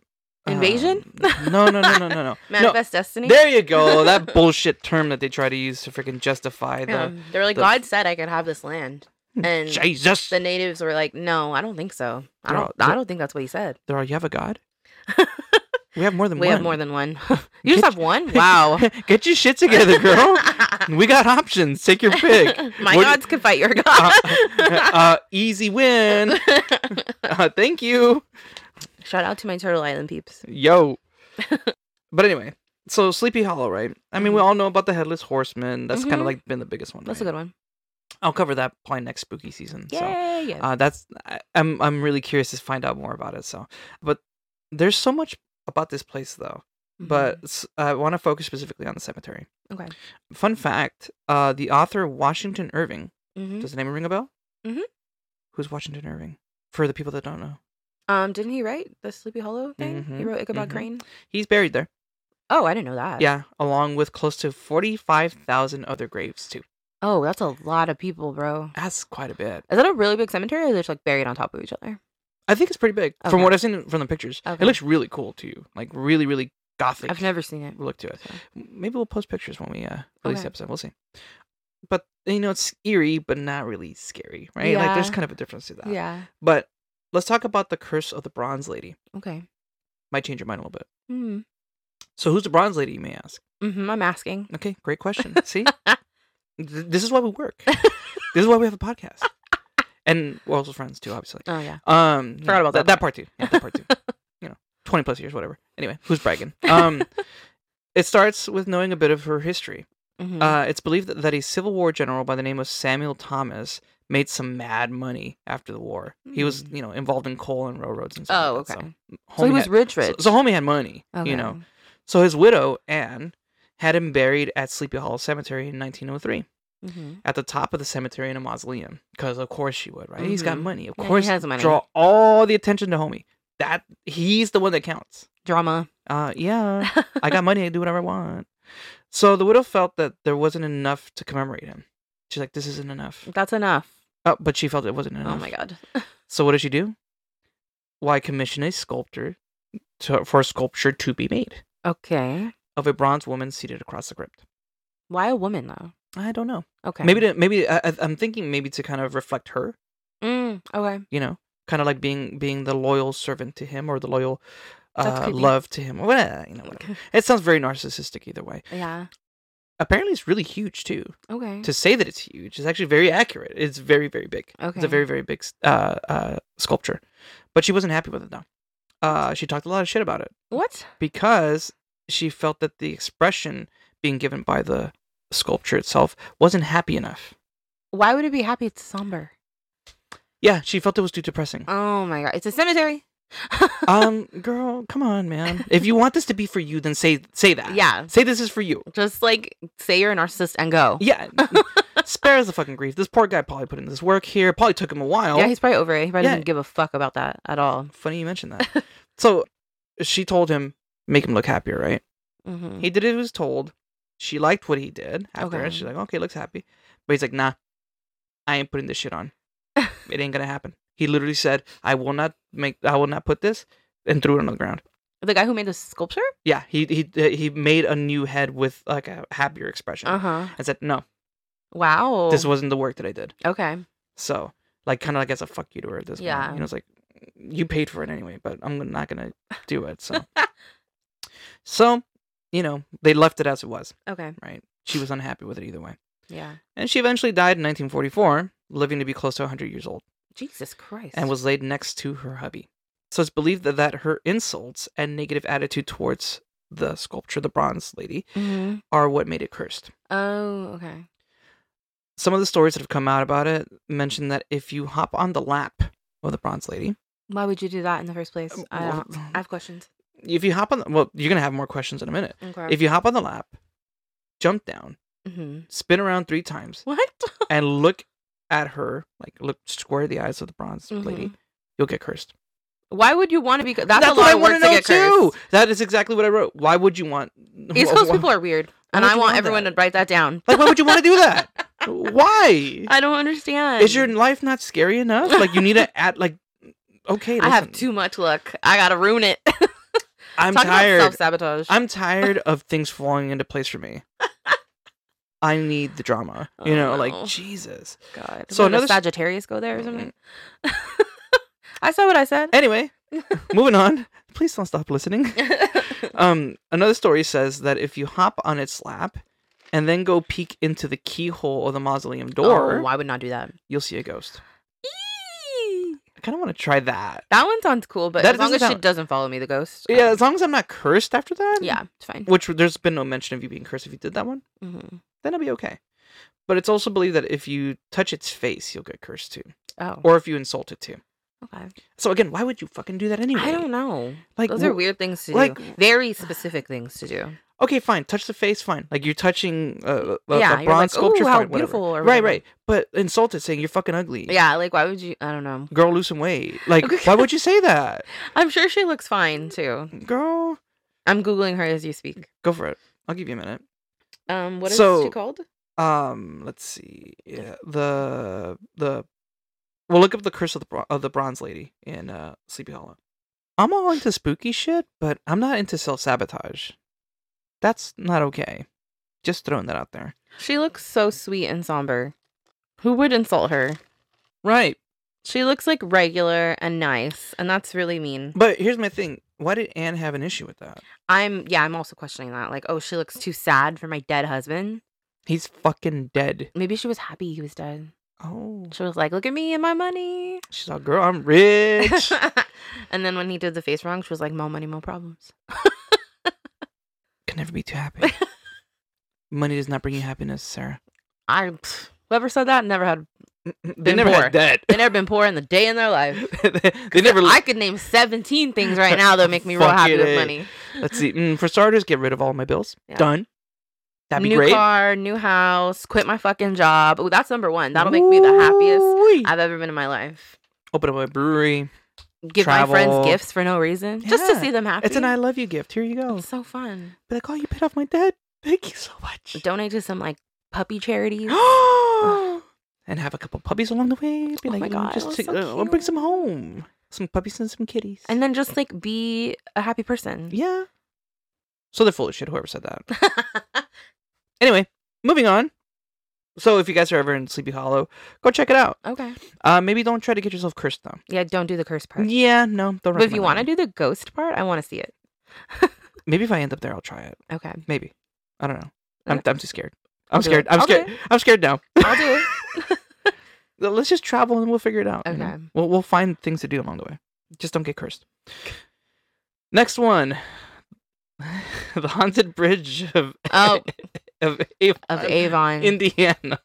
B: Invasion?
A: um, no, no, no, no, no, no. no.
B: Manifest destiny.
A: There you go. That bullshit term that they try to use to freaking justify the
B: Yeah. They're like,
A: the-
B: God said I could have this land, and
A: Jesus.
B: the natives were like, "No, I don't think so. I
A: Bro,
B: don't.
A: the-
B: I don't think that's what he said."
A: There are you have a god. We have more than
B: we
A: one.
B: have more than one. you just
A: Get-
B: have one? Wow.
A: Get your shit together, girl. we got options. Take your pick.
B: My
A: What-
B: gods can fight your god.
A: Uh, uh, easy win. Uh, thank you.
B: Shout out to my Turtle Island peeps.
A: Yo. But anyway, so Sleepy Hollow, right? I mean, we
B: Mhm.
A: all know about the Headless Horseman. That's kind
B: Mhm.
A: of like been the biggest one.
B: That's
A: right?
B: a good one.
A: I'll cover that probably next spooky season. So.
B: Yeah, yeah.
A: uh, that's I, I'm I'm really curious to find out more about it. So, but there's so much about this place though.
B: Mm-hmm.
A: But s- I want to focus specifically on the cemetery.
B: Okay.
A: Fun fact: uh, the author Washington Irving.
B: Mhm.
A: Does the name ring a bell?
B: Mhm.
A: Who's Washington Irving? For the people that don't know,
B: um, didn't he write the Sleepy Hollow thing? He
A: Mhm,
B: wrote Ichabod
A: mhm.
B: Crane.
A: he's buried there.
B: Oh, I didn't know that.
A: Yeah, along with close to forty-five thousand other graves too.
B: Oh, that's a lot of people, bro.
A: That's quite a bit.
B: Is that a really big cemetery? Or they're just like buried on top of each other.
A: I think it's pretty big from
B: Okay.
A: what I've seen from the pictures.
B: Okay.
A: It looks really cool too. Like really, really gothic.
B: I've never seen it.
A: look to it.
B: so.
A: Maybe we'll post pictures when we uh, release
B: Okay.
A: the episode. We'll see. But you know, it's eerie, but not really scary, right? Like there's
B: Yeah.
A: kind of a difference to that.
B: Yeah.
A: But let's talk about the curse of the Bronze Lady.
B: Okay.
A: Might change your mind a little bit.
B: Mm.
A: So who's the Bronze Lady? You may ask.
B: hmm I'm asking.
A: Okay, great question. see, Th- this is why we work. this is why we have a podcast, and we're also friends too, obviously.
B: Oh yeah.
A: Um,
B: Forgot
A: yeah,
B: about that
A: That, part too. Yeah, that part too. you know, twenty plus years, whatever. Anyway, who's bragging? Um, it starts with knowing a bit of her history.
B: Mhm.
A: Uh, it's believed that, that a Civil War general by the name of Samuel Thomas made some mad money after the war. He was,
B: Hmm.
A: you know, involved in coal and railroads and stuff.
B: oh
A: like
B: okay.
A: that,
B: So he
A: homie
B: was
A: had-
B: rich,
A: so-
B: rich.
A: So, homie had money,
B: okay.
A: you know. So his widow Anne had him buried at Sleepy Hollow Cemetery in 1903,
B: hmm
A: at the top of the cemetery in a mausoleum, because of course she would, right? He's got
B: Mhm.
A: money, of
B: Yeah, he
A: course.
B: has money.
A: Draw all the attention to homie. That he's the one that counts.
B: Drama.
A: Uh, yeah. I got money. I can do whatever I want. So the widow felt that there wasn't enough to commemorate him. She's like, this isn't enough.
B: That's enough.
A: Oh, but she felt it wasn't enough.
B: Oh my god.
A: So what did she do? Why commission a sculptor to, for a sculpture to be made
B: Okay.
A: of a bronze woman seated across the crypt?
B: Why a woman though?
A: I don't know.
B: Okay.
A: Maybe to, maybe I, I- I'm thinking maybe to kind of reflect her.
B: Mm, okay.
A: You know, kind of like being being the loyal servant to him or the loyal
B: That's
A: uh,
B: creepy.
A: love to him. Or whatever, you know, whatever.
B: Okay.
A: It sounds very narcissistic either way.
B: Yeah.
A: Apparently, it's really huge too.
B: Okay.
A: to say that it's huge is actually very accurate. It's very, very big. It's
B: Okay.
A: a very, very big s- uh, uh, sculpture. But she wasn't happy with it, though. Uh, she talked a lot of shit about it
B: what?
A: because she felt that the expression being given by the sculpture itself wasn't happy enough.
B: Why would it be happy? It's somber.
A: Yeah, she felt it was too depressing.
B: Oh my god. It's a cemetery.
A: um, girl, come on, man. If you want this to be for you, then say say that.
B: Yeah.
A: Say this is for you.
B: Just like say you're a narcissist and go.
A: Yeah. Spare us the fucking grief. This poor guy probably put in this work here. Probably took him a while.
B: Yeah, he's probably over it. He probably
A: Yeah.
B: doesn't give a fuck about that at all.
A: Funny you mentioned that. so she told him, make him look happier, right?
B: hmm
A: He did as he was told. She liked what he did after it.
B: Okay.
A: She's like, okay, looks happy. But he's like, nah, I ain't putting this shit on. it ain't gonna happen. He literally said, I will not make I will not put this and threw it on the ground.
B: The guy who made the sculpture?
A: Yeah, he he uh, he made a new head with like a happier expression.
B: Uh Oh. huh.
A: and said, No,
B: Wow.
A: this wasn't the work that I did.
B: okay.
A: So, like, kind of like as a fuck you to her at this
B: Yeah.
A: point. You know, it's like you paid for it anyway, but I'm not gonna do it. So, so you know, they left it as it was.
B: Okay.
A: Right? She was unhappy with it either way,
B: Yeah.
A: and she eventually died in 1944, living to be close to 100 years old,
B: Jesus Christ.
A: and was laid next to her hubby. So it's believed that, that her insults and negative attitude towards the sculpture, the bronze lady,
B: Mhm.
A: are what made it cursed.
B: Oh, okay.
A: Some of the stories that have come out about it mention that if you hop on the lap of the bronze lady,
B: Why would you do that in the first place?
A: Um,
B: I
A: well-
B: don't. I have questions.
A: if you hop on, the, well, you're gonna have more questions in a minute.
B: Okay.
A: If you hop on the lap, jump down,
B: Mhm.
A: spin around three times,
B: What?
A: and look at her, like look square the eyes of the bronze lady, you'll get cursed.
B: Why would you want to be? cu- Mm-hmm. That's,
A: That's,
B: a lot
A: what I
B: of
A: want to
B: words to
A: know
B: get
A: too.
B: cursed.
A: That is exactly what I wrote. Why would you want?
B: East Coast people are weird, and
A: would
B: I
A: you
B: want
A: want
B: everyone
A: that?
B: to write that down.
A: like, why would you want to do that? Why
B: I don't understand.
A: is your life not scary enough? Like you need to add like. Okay,
B: I have
A: listen,
B: too much luck. I gotta ruin it.
A: I'm
B: Talk
A: tired.
B: about self sabotage.
A: I'm tired of things falling into place for me. I need the drama. You
B: Oh,
A: know,
B: no.
A: like Jesus.
B: God.
A: So
B: So
A: another
B: another
A: s- Mm.
B: Sagittarius go there or something. I said what I said.
A: Anyway, moving on. Please don't stop listening. Um, another story says that if you hop on its lap and then go peek into the keyhole of the mausoleum door,
B: oh, I would not do that.
A: you'll see a ghost. I kind of want to try that.
B: That one sounds cool, but
A: That
B: as long
A: doesn't
B: as she
A: sound-
B: doesn't follow me, the ghost. um,
A: Yeah, as long as I'm not cursed after that.
B: yeah, it's fine.
A: Which there's been no mention of you being cursed if you did that one,
B: hmm
A: then I'll be okay. But it's also believed that if you touch its face, you'll get cursed too,
B: Oh,
A: or if you insult it too.
B: okay.
A: So again, why would you fucking do that anyway?
B: I don't know.
A: like.
B: Those are
A: wh-
B: weird things to
A: like-
B: do. Very specific things to do.
A: Okay, fine. Touch the face, fine. Like you're touching uh, a, a
B: yeah, you're
A: bronze
B: like,
A: sculpture,
B: "Ooh, how
A: fine, whatever."
B: beautiful. Or
A: Right,
B: whatever.
A: right. But insult it, saying you're fucking ugly.
B: Yeah, like why would you? I don't know.
A: Girl, lose some weight. Like, why would you say that?
B: I'm sure she looks fine too.
A: Girl,
B: I'm googling her as you speak.
A: go for it. I'll give you a minute.
B: Um, what is she
A: So-
B: called?
A: Um, let's see. Yeah, the the well, look up the curse of the Bro- of the bronze lady in uh, Sleepy Hollow. I'm all into spooky shit, but I'm not into self sabotage. That's not okay. Just throwing that out there.
B: She looks so sweet and somber. Who would insult her?
A: Right.
B: She looks like regular and nice, and that's really mean.
A: But here's my thing. Why did Anne have an issue with that?
B: I'm yeah, I'm also questioning that. Like, oh, she looks too sad for my dead husband.
A: He's fucking dead.
B: Maybe she was happy he was dead.
A: Oh,
B: She was like, look at me and my money.
A: she's like, girl, I'm rich.
B: and then when he did the face wrong, she was like, more money, more problems.
A: Can never be too happy. Money does not bring you happiness, Sarah.
B: I pff, whoever said that never had
A: They
B: Been
A: never
B: poor.
A: had that.
B: they never been poor in the day in their life.
A: they, they never.
B: I could name seventeen things right now that make me real
A: Fucking
B: happy with
A: A.
B: money.
A: Let's see. Mm, for starters, get rid of all my bills.
B: Yeah.
A: Done. That'd be
B: new
A: great.
B: car, new house, quit my fucking job. Oh, that's number one. That'll make me the happiest
A: Ooh-wee.
B: I've ever been in my life.
A: Open up a brewery.
B: Give my friends
A: Travel.
B: gifts for no reason, just to
A: Yeah.
B: see them happy.
A: It's an I love you gift. Here you go.
B: It's so fun.
A: Be like, oh, you paid off my debt. Thank you so much.
B: Donate to some like puppy charities.
A: and have a couple puppies along the way. Be
B: Oh
A: like,
B: my
A: "Mm,
B: God,
A: just
B: that's
A: take-
B: so
A: uh, bring
B: cute."
A: some home. Some puppies and some kitties.
B: and then just like be a happy person.
A: yeah. So they're full of shit. Whoever said that. Anyway, moving on. So if you guys are ever in Sleepy Hollow, go check it out.
B: okay.
A: Uh, maybe don't try to get yourself cursed though.
B: Yeah, don't do the curse part.
A: Yeah, no, don't.
B: but if you want to
A: recommend
B: do the ghost part, I want to see it.
A: that. maybe if I end up there, I'll try it.
B: Okay.
A: Maybe. I don't know. I'm,
B: Okay.
A: I'm too scared. I'm
B: I'll do it.
A: scared. I'm
B: I'll do
A: scared. I'm scared now.
B: I'll do it.
A: L- Let's just travel and we'll figure it out. you know?
B: Okay.
A: We'll we'll find things to do along the way. Just don't get cursed. Next one. the haunted bridge of
B: Oh,
A: of, Avon,
B: of Avon.
A: Indiana.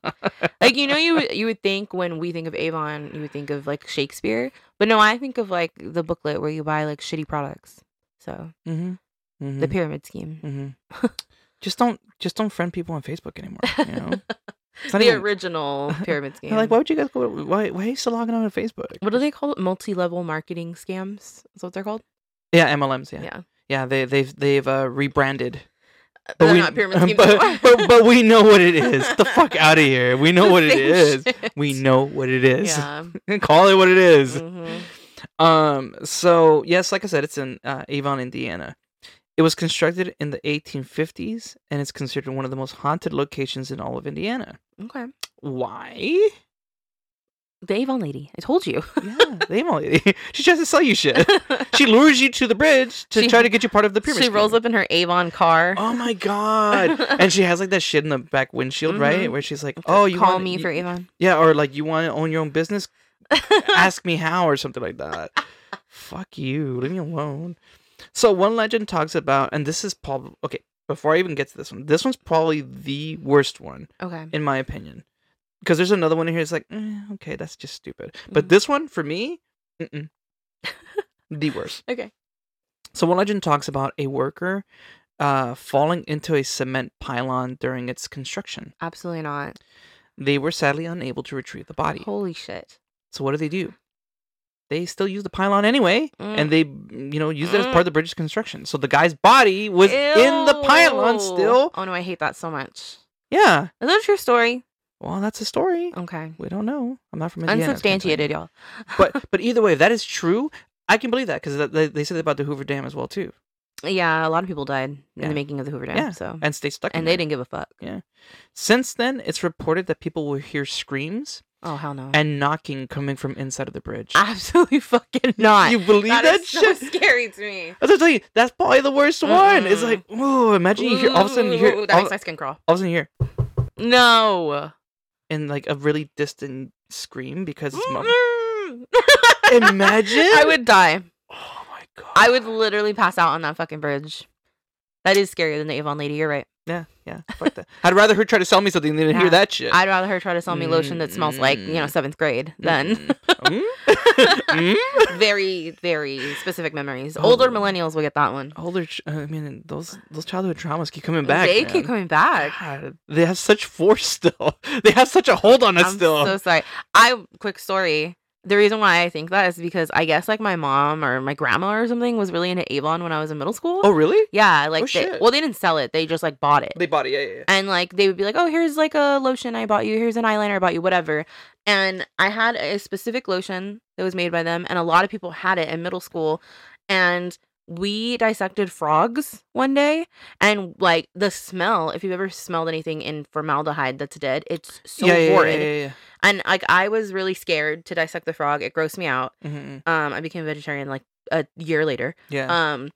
B: like you know you would, you would think when we think of Avon you would think of like Shakespeare but no I think of like the booklet where you buy like shitty products so
A: Mm-hmm. Mm-hmm.
B: the pyramid scheme
A: Mm-hmm. just don't just don't friend people on Facebook anymore. You know, Mm, it's not
B: the
A: even.
B: original pyramid scheme
A: they're like, why would you guys go? Why why are you still logging on to Facebook?
B: what do they call it multi-level marketing scams is what they're called
A: Yeah, MLMs. Yeah, yeah.
B: yeah,
A: they they've they've uh, rebranded.
B: they're
A: we-
B: not pyramid schemes anymore.
A: but, but but we know what it is. Get the fuck out of here. We know
B: The
A: what it
B: same
A: is. We
B: shit.
A: know what it is.
B: yeah
A: Call it what it is.
B: Mhm.
A: Um. So yes, like I said, it's in uh, Avon, Indiana. It was constructed in the 1850s, and it's considered one of the most haunted locations in all of Indiana.
B: okay
A: Why?
B: the Avon lady I told you
A: yeah, the emo lady. She tries to sell you shit. She lures you to the bridge to
B: She-
A: try to get you part of the pyramid.
B: she rolls
A: scheme.
B: up in her Avon car
A: Oh my god! and she has like that shit in the back windshield,
B: Mhm.
A: right? Where she's like, "Oh, you
B: call
A: want-
B: me
A: you-
B: for Avon
A: yeah," or like, "You want to own your own business? ask me how or something like that. Fuck you. Leave me alone. So one legend talks about, and this is probably okay. Before I even get to this one, this one's probably the worst one
B: okay.
A: in my opinion, because there's another one in here. It's like, eh, okay, that's just stupid. But
B: Mhm.
A: this one for me, mm-mm. the worst.
B: Okay.
A: So one legend talks about a worker uh, falling into a cement pylon during its construction.
B: Absolutely not.
A: They were sadly unable to retrieve the body.
B: Holy shit.
A: So what do they do? They still use the pylon anyway, and they,
B: Mm.
A: you know, use it as part of the bridge's construction. So the guy's body was in the pylon
B: Ew.
A: still.
B: Oh no, I hate that so much.
A: Yeah.
B: Is that a true story?
A: Well, that's a story.
B: Okay.
A: We don't know. I'm not from Indiana. I can't tell you.
B: Oh. Unsubstantiated, y'all.
A: but but either way, if that is true. I can believe that because they, they said that about the Hoover Dam as well too,
B: Yeah, a lot of people died in
A: Yeah.
B: the making of the Hoover Dam.
A: Yeah.
B: So
A: and stay stuck. in
B: and they
A: there.
B: didn't give a fuck.
A: Since then, it's reported that people will hear screams
B: Oh hell no.
A: and knocking coming from inside of the bridge.
B: Absolutely fucking not.
A: you believe that,
B: Ah, that is
A: shit?
B: so scary to me.
A: That's what I'm telling you. That's probably the worst one. It's
B: Mm-mm.
A: like, ooh, imagine you hear all of a sudden you hear
B: Ooh, that
A: all,
B: makes my skin crawl.
A: all of a sudden you hear
B: No.
A: in like a really distant scream because it's muffled.
B: Mm-mm.
A: Mm-hmm. Imagine.
B: I would die.
A: Oh my god.
B: I would literally pass out on that fucking bridge. That is scarier than the Avon lady. You're right.
A: Yeah, yeah. Fuck that. I'd rather her try to sell me something than hear
B: Yeah.
A: that shit.
B: I'd rather her try to sell me lotion that smells like you know
A: Mm.
B: seventh grade than
A: Mm. Mm? Mm?
B: very very specific memories. Older
A: Oh.
B: millennials will get that one.
A: Older, ch- I mean, those those childhood traumas keep coming back.
B: they
A: man.
B: keep coming back.
A: God, they have such force still. They have such a hold on us
B: I'm
A: still.
B: so sorry. I quick story. The reason why I think that is because I guess like my mom or my grandma or something was really into Avon when I was in middle school.
A: oh really?
B: Yeah, like
A: Oh,
B: they,
A: shit.
B: well they didn't sell it. They just like bought it.
A: They bought it. Yeah, yeah, yeah.
B: and like they would be like, "Oh, here's like a lotion I bought you. Here's an eyeliner I bought you, whatever." And I had a specific lotion that was made by them, and a lot of people had it in middle school. And we dissected frogs one day, and like the smell. If you've ever smelled anything in formaldehyde that's dead, it's so
A: yeah, yeah, yeah,
B: horrid.
A: yeah, yeah,
B: And like I was really scared to dissect the frog. It grossed me out.
A: yeah. Mhm, mhm.
B: Um, I became a vegetarian like a year later
A: Yeah.
B: um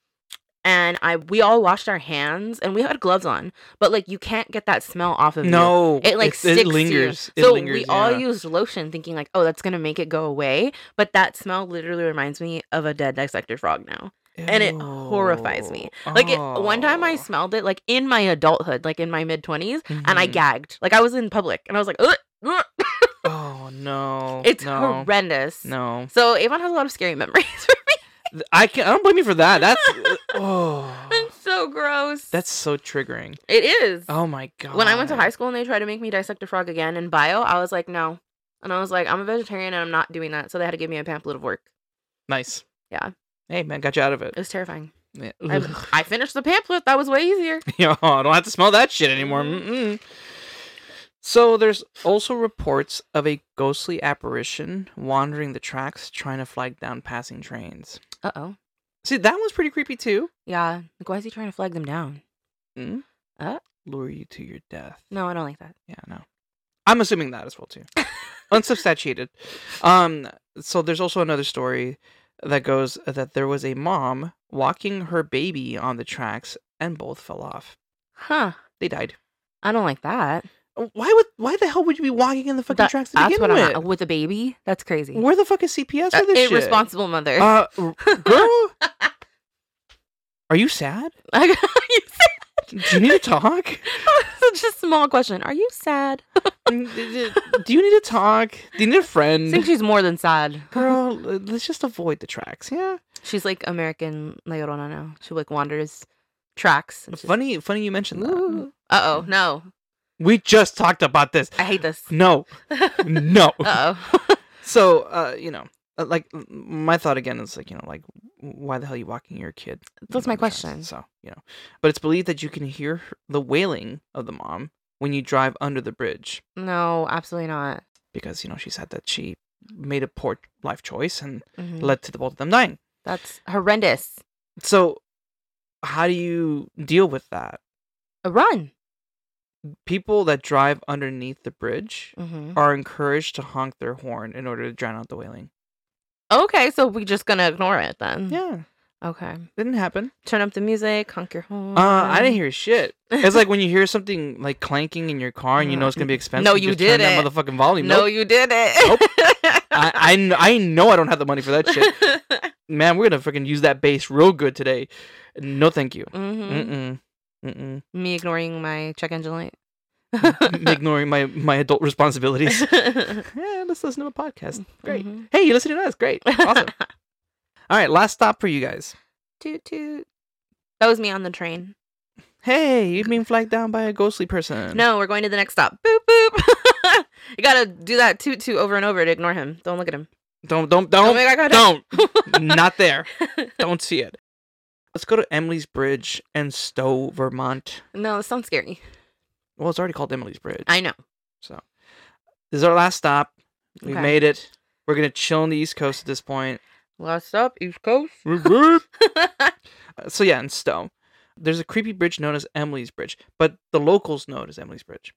B: and i we all washed our hands and we had gloves on but like you can't get that smell off of you.
A: no,
B: it like
A: it's-
B: sticks
A: it
B: to you.
A: lingers. It
B: so
A: lingers.
B: we all
A: yeah.
B: used lotion thinking like oh that's gonna make it go away but that smell literally reminds me of a dead dissected frog now and it horrifies me.
A: Ew.
B: like it, one time i
A: Oh.
B: smelled it like in my adulthood like in my mid-20s and i
A: Mhm.
B: gagged like i was in public and i was like Ugh, ugh."
A: Oh no,
B: it's
A: no,
B: horrendous
A: no.
B: so avon has a lot of scary memories
A: Th- I can. not I don't blame you for that. That's oh,
B: it's so gross
A: that's so triggering.
B: it is
A: Oh my god.
B: when I went to high school and they tried to make me dissect a frog again in bio, I was like, no. And I was like, I'm a vegetarian and I'm not doing that. So they had to give me a pamphlet of work.
A: nice.
B: Yeah.
A: Hey man, got you out of it.
B: It was terrifying.
A: Yeah.
B: I, I finished the pamphlet. That was way easier.
A: Yo, I don't have to smell that shit anymore.
B: Mhm.
A: Mm-mm. So there's also reports of a ghostly apparition wandering the tracks trying to flag down passing trains.
B: Uh oh.
A: See, that one's pretty creepy too.
B: Yeah. Like, why is he trying to flag them down?
A: Mm.
B: Uh?
A: Lure you to your death.
B: No, I don't like that.
A: Yeah, no. I'm assuming that as well too. Unsubstantiated. Um so there's also another story that goes that there was a mom walking her baby on the tracks and both fell off.
B: Huh.
A: They died.
B: I don't like that.
A: Why would why the hell would you be walking in the fucking
B: That-
A: tracks to
B: That's
A: begin
B: what
A: with?
B: I'm with a baby. That's crazy.
A: Where the fuck is CPS
B: Uh,
A: for this shit?
B: irresponsible mother.
A: Uh, r- girl, are you sad? Do you need to talk?
B: Just a small question. Are you sad?
A: Mm, d- d- Do you need to talk? Do you need a
B: I think
A: friend?
B: she's more than sad.
A: Girl, l- let's just avoid the tracks. Yeah.
B: She's like American La Llorona now. She like wanders tracks. And she's
A: Funny, funny you mentioned that.
B: Uh oh, no.
A: We just talked about this.
B: I hate this.
A: No,
B: uh
A: no.
B: oh.
A: so, uh, you know, uh, like m- my thought again is like, you know, like why the hell are you walking your kid?
B: That's
A: on
B: my
A: the tracks?
B: question.
A: So, you know, but it's believed that you can hear her- the wailing of the mom when you drive under the bridge.
B: No, absolutely not.
A: because you know she said that she made a poor life choice and
B: Mhm.
A: led to the both of them dying.
B: That's horrendous.
A: So how do you deal with that? Uh,
B: A run.
A: People that drive underneath the bridge
B: hmm
A: are encouraged to honk their horn in order to drown out the wailing.
B: Okay, so we're just gonna ignore it then.
A: Yeah,
B: Okay.
A: didn't happen.
B: Turn up the music, honk your horn.
A: Uh, I didn't hear shit. It's like when you hear something like clanking in your car and you know it's gonna be expensive.
B: No, you
A: just turn that
B: didn't.
A: motherfucking volume.
B: no,
A: Nope.
B: you did it.
A: I, I, kn- I know I don't have the money for that shit. Man, we're gonna freaking use that bass real good today. No, thank you.
B: Mhm.
A: Mm-mm. Mm-mm.
B: Me ignoring my check engine light.
A: I'm Ignoring my, my adult responsibilities. yeah, let's listen to a podcast. Great.
B: Mhm.
A: Hey, you listen to us. Great. Awesome. All right, last stop for you guys.
B: toot toot. That was me on the train.
A: Hey, you've been flagged down by a ghostly person.
B: No, we're going to the next stop. Boop boop. you gotta do that toot toot over and over to ignore him. Don't look at him.
A: Don't, don't,
B: Oh
A: don't,
B: my God,
A: don't.
B: God.
A: Not there. Don't see it. Let's go to Emily's Bridge and Stowe, Vermont.
B: no, it sounds scary.
A: Well, it's already called Emily's Bridge.
B: I know.
A: So this is our last stop. We
B: Okay.
A: have made it. We're gonna chill on the East Coast at this point.
B: Last stop, East Coast.
A: Uh, so yeah, in Stowe, there's a creepy bridge known as Emily's Bridge, but the locals know it as Emily's Bridge.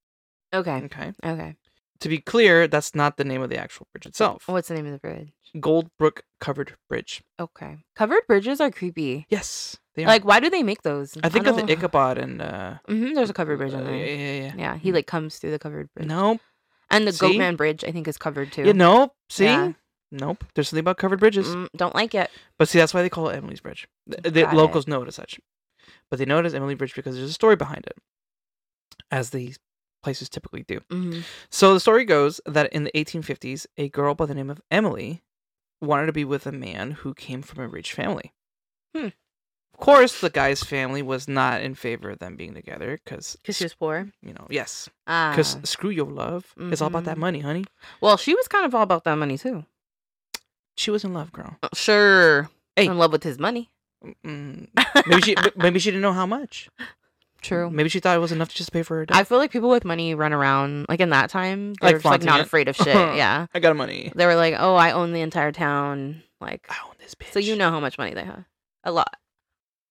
B: okay.
A: Okay.
B: Okay.
A: To be clear, that's not the name of the actual bridge itself.
B: What's the name of the bridge?
A: Goldbrook Covered Bridge.
B: Okay. Covered bridges are creepy.
A: Yes, they are.
B: Like, why do they make those?
A: I think of the Ichabod and. Uh,
B: hmm there's a covered bridge
A: uh,
B: on
A: yeah,
B: there.
A: yeah, yeah.
B: Yeah, he like comes through the covered bridge.
A: Nope.
B: And the
A: See?
B: Goatman Bridge, I think, is covered too.
A: Yeah, nope. See.
B: Yeah.
A: Nope. There's something about covered bridges.
B: Mm, don't like it.
A: But see, that's why they call it Emily's Bridge. Th- The,
B: Got it.
A: locals know it as such, but they know it as Emily Bridge because there's a story behind it, as these places typically do.
B: hmm
A: So the story goes that in the 1850s, a girl by the name of Emily wanted to be with a man who came from a rich family.
B: Hmm.
A: Of course, the guy's family was not in favor of them being together because,
B: Because she was poor.
A: you know, yes,
B: Ah.
A: because screw your love. It's all about that
B: Mhm.
A: money, honey.
B: well, she was kind of all about that money too.
A: She was in love, girl.
B: Oh. Sure.
A: Hey.
B: In love with his money.
A: Mm, maybe she, m- maybe she didn't know how much.
B: True.
A: Maybe she thought it was enough to just pay for her. Debt.
B: I feel like people with money run around like in that time. They're
A: Like
B: just, like
A: flaunting
B: not
A: it.
B: afraid of shit. yeah.
A: I got money.
B: They were like, oh, I own the entire town. Like,
A: I own this bitch.
B: so you know how much money they have. A lot.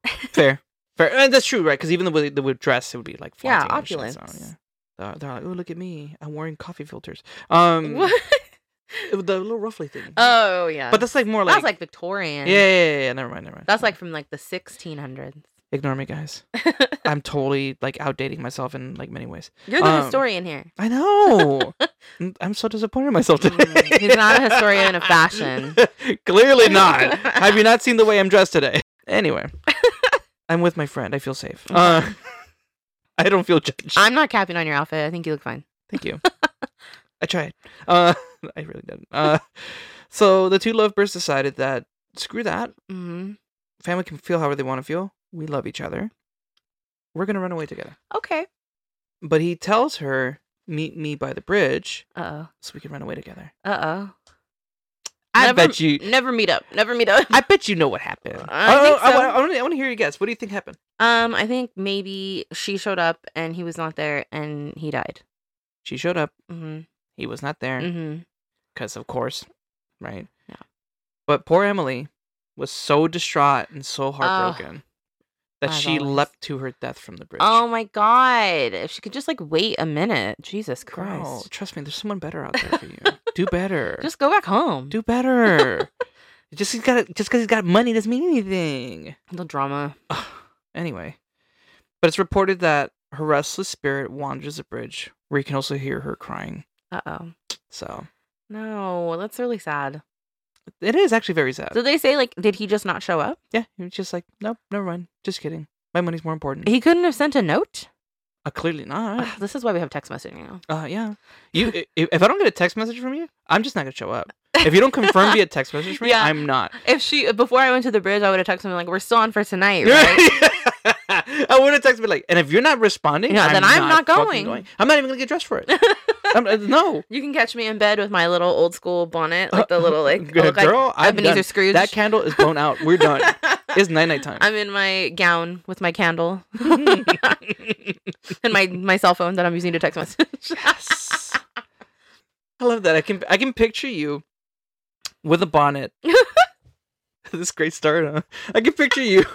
A: fair, fair, and that's true, right? Because even the way they would dress, it would be like
B: Yeah,
A: flaunting and shit, so,
B: opulence.
A: yeah. They're, they're like, oh look at me, I'm wearing coffee filters. Um,
B: What?
A: it- the little ruffly thing.
B: Oh yeah.
A: but that's like more like.
B: that's like Victorian.
A: yeah, yeah, yeah, yeah, Never mind, never mind.
B: That's like from like the 1600s.
A: ignore me, guys.
B: You're
A: I'm totally like outdating myself in like many ways.
B: the
A: Um,
B: historian here.
A: I know. Mm, I'm so disappointed in myself today.
B: Mm, he's not a historian of fashion.
A: Clearly not. Have you not seen the way I'm dressed today? Anyway, I'm with my friend. I feel safe. Uh, I don't feel judged.
B: I'm not capping on your outfit. I think you look fine.
A: Thank you. I tried. Uh, I really didn't. Uh, so the two lovebirds decided that screw that.
B: hmm
A: Family can feel however they want to feel. We love each other. We're gonna run away together.
B: Okay.
A: But he tells her, "Meet me by the bridge,
B: Uh
A: so we can run away together."
B: oh. Uh oh.
A: I
B: Never-
A: bet you.
B: Never meet up. Never meet up.
A: I bet you know what happened.
B: I think so.
A: want to hear you guess. What do you think happened?
B: Um, I think maybe she showed up and he was not there and he died.
A: She showed up.
B: hmm
A: He was not there
B: hmm
A: because, of course, right?
B: Yeah.
A: But poor Emily was so distraught and so heartbroken that
B: as
A: she
B: always.
A: leapt to her death from the bridge.
B: Oh my god! If she could just like wait a minute, Jesus Christ!
A: Girl, trust me, there's someone better out there for you. Do better.
B: Just go back home.
A: do better. just he's got just because he's got money doesn't mean anything.
B: the drama.
A: Ugh. anyway, but it's reported that her restless spirit wanders the bridge, where you can also hear her crying.
B: Uh oh.
A: So
B: No, that's really sad.
A: it is actually very sad.
B: Did they say like did he just not show up?
A: Yeah, he was just like, nope, never mind. Just kidding. My money's more important.
B: He couldn't have sent a note.
A: Uh, clearly not.
B: Ugh, this is why we have text messaging now.
A: Uh, yeah. You, i- i- if I don't get a text message from you, I'm just not gonna show up. If you don't confirm via text message from me,
B: Yeah.
A: I'm not.
B: If she before I went to the bridge, I would have texted him like, "We're still on for tonight." Right?
A: I would have texted me like, and if you're not responding,
B: Yeah, then I'm not
A: fucking
B: going.
A: I'm not even gonna get dressed for it. I'm, uh, no,
B: you can catch me in bed with my little old school bonnet, like the little like
A: G-
B: I look like
A: girl, I'm
B: Ebenezer
A: done.
B: Scrooge.
A: That candle is blown out. We're done. It's night night time.
B: I'm in my gown with my candle and my my cell phone that I'm using to text message.
A: yes. I love that. I can I can picture you with a bonnet. this is a great start, huh? I can picture you.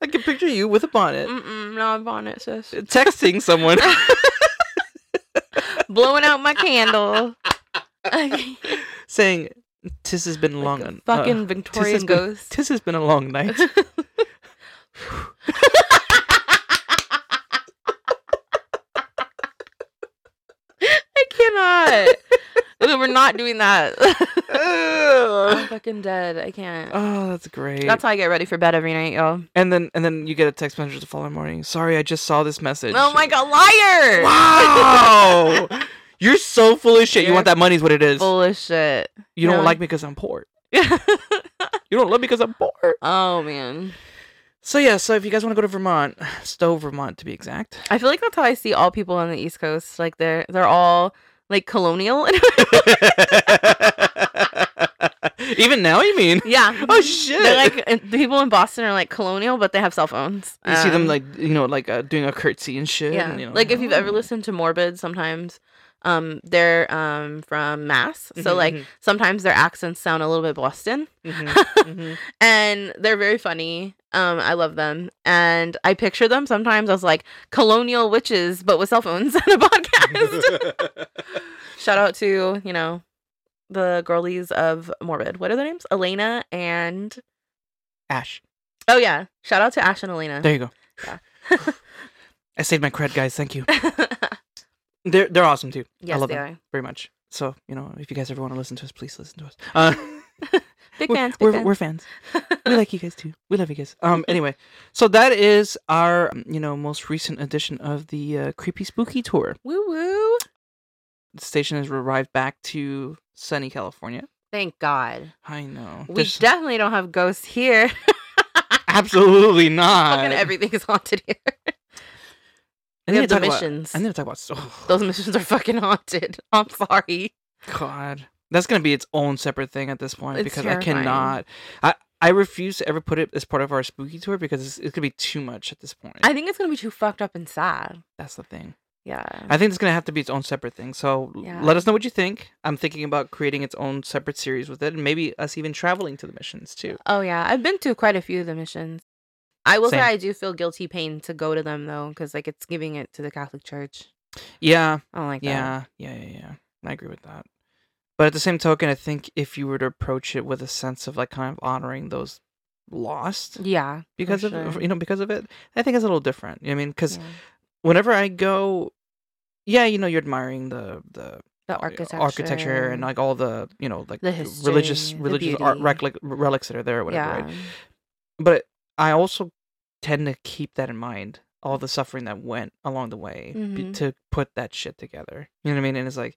A: I can picture you with a bonnet
B: Mm-mm, no bonnet, sis.
A: texting someone.
B: Blowing out my candle.
A: saying, "Tis has been long,
B: Like a
A: en- uh,
B: fucking Victorian
A: been-
B: ghost.
A: tis has been a long night."
B: I cannot. Ugh, we're not doing that. I'm
A: oh,
B: fucking dead. I can't.
A: that's great.
B: That's how I get ready for bed every night, y'all.
A: and then and then you get a text message the following morning. Sorry, I just saw this message.
B: Oh my god, liar!
A: Wow. You're so full of shit. You
B: You're
A: want that money is what it is.
B: Full of shit.
A: you don't
B: yeah.
A: like me because I'm poor. You don't love me because I'm poor.
B: oh man.
A: So yeah, so if you guys want to go to Vermont, Stowe, Vermont to be exact.
B: I feel like that's how I see all people on the East Coast. Like they're they're all like colonial.
A: Even now, you mean?
B: yeah.
A: Oh shit!
B: They're like and the people in Boston are like colonial, but they have cell phones.
A: you see them
B: Um,
A: like you know like uh, doing a curtsy and shit.
B: yeah.
A: and, you know,
B: Like if you've ever
A: oh.
B: listened to Morbid, sometimes um they're um from Mass, so
A: Mhm,
B: like
A: mhm,
B: sometimes their accents sound a little bit Boston,
A: mhm, mhm.
B: and they're very funny. Um, I love them, and I picture them sometimes as like colonial witches, but with cell phones and a podcast.
A: Mm-hmm.
B: Shout out to, you know, the girlies of Morbid. What are their names? Elena and
A: Ash,
B: Oh yeah. Shout out to Ash and Elena.
A: there you go.
B: Yeah.
A: I saved my cred, guys. Thank you. They're they're awesome too,
B: yes,
A: love
B: they
A: them.
B: are.
A: very much. So you know, if you guys ever want to listen to us, please listen to us. Uh,
B: Big
A: we're,
B: fans, big
A: we're,
B: fans.
A: we're fans. we like you guys too. We love you guys. Um. Anyway, so that is our um, you know most recent edition of the uh, creepy spooky tour.
B: woo woo.
A: The station has arrived back to sunny California.
B: Thank God.
A: I know.
B: We
A: There's-
B: definitely don't have ghosts here.
A: absolutely not.
B: Fucking everything is haunted here.
A: I
B: We
A: need
B: have
A: to
B: the
A: talk about-
B: missions.
A: I need to talk about. Oh,
B: Those missions are fucking haunted. I'm sorry.
A: God, that's gonna be its own separate thing at this point
B: It's
A: because I
B: terrifying.
A: cannot. I I refuse to ever put it as part of our spooky tour because it's, it's gonna be too much at this point.
B: I think it's gonna be too fucked up and sad.
A: that's the thing.
B: Yeah.
A: I think it's gonna have to be its own separate thing. So l-
B: Yeah.
A: let us know what you think. I'm thinking about creating its own separate series with it, and maybe us even traveling to the missions too.
B: Oh yeah, I've been to quite a few of the missions. I will
A: Same.
B: say I do feel guilty pain to go to them though, because like it's giving it to the Catholic Church.
A: Yeah,
B: I don't like that.
A: yeah, yeah, yeah, yeah. I agree with that. But at the same token, I think if you were to approach it with a sense of like kind of honoring those lost
B: Yeah.
A: because of
B: sure.
A: you know because of it, I think it's a little different. You know what I mean, because
B: yeah.
A: whenever I go, yeah, you know, you're admiring the the you
B: The
A: know,
B: architecture.
A: uh, architecture and like all the you know like
B: The
A: religious
B: history, the
A: religious art
B: beauty.
A: relic, relics that are there or whatever. Right?
B: Yeah.
A: But I also tend to keep that in mind. All the suffering that went along the way be-
B: Mhm.
A: to put that shit together. You know what I mean? And it's like,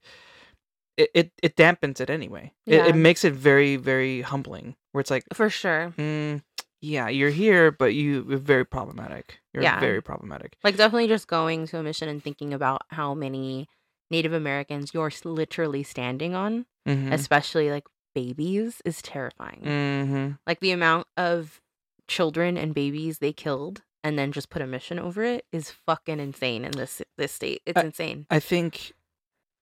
A: it it, it dampens it anyway. It,
B: Yeah.
A: it makes it very very humbling. Where it's like,
B: For sure.
A: mm, yeah, you're here, but you, you're very problematic. You're
B: Yeah.
A: very problematic.
B: Like definitely just going to a mission and thinking about how many Native Americans you're s- literally standing on,
A: Mhm.
B: especially like babies, is terrifying.
A: Mhm.
B: Like the amount of children and babies they killed and then just put a mission over it is fucking insane in this this state. It's
A: I-
B: insane.
A: I think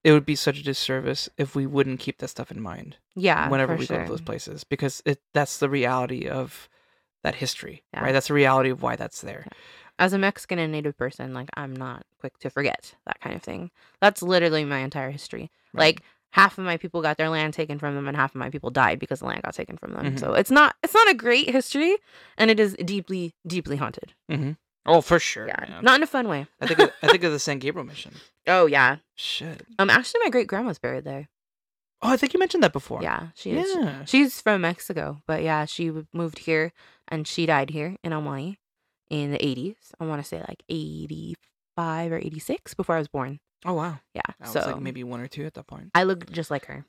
A: it would be such a disservice if we wouldn't keep that stuff in mind
B: Yeah.
A: whenever
B: for
A: we go
B: sure.
A: to those places because it that's the reality of that history,
B: Yeah.
A: right? That's the reality of why that's there.
B: as a Mexican and Native person, like I'm not quick to forget that kind of thing. That's literally my entire history.
A: Right.
B: Like half of my people got their land taken from them, and half of my people died because the land got taken from them.
A: Mhm.
B: So it's not it's not a great history, and it is deeply deeply haunted.
A: Oh, for sure.
B: yeah,
A: man.
B: not in a fun way.
A: I think of, I think of the San Gabriel mission.
B: Oh yeah.
A: Shit.
B: Um, actually, my great grandma's buried there.
A: Oh, I think you mentioned that before.
B: Yeah, she is.
A: Yeah.
B: She's from Mexico, but yeah, she w- moved here and she died here in Hawaii in the 80s. I want to say like 85 or 86 before I was born.
A: Oh wow.
B: Yeah.
A: I
B: so
A: was like maybe one or two at that point.
B: I look just like her.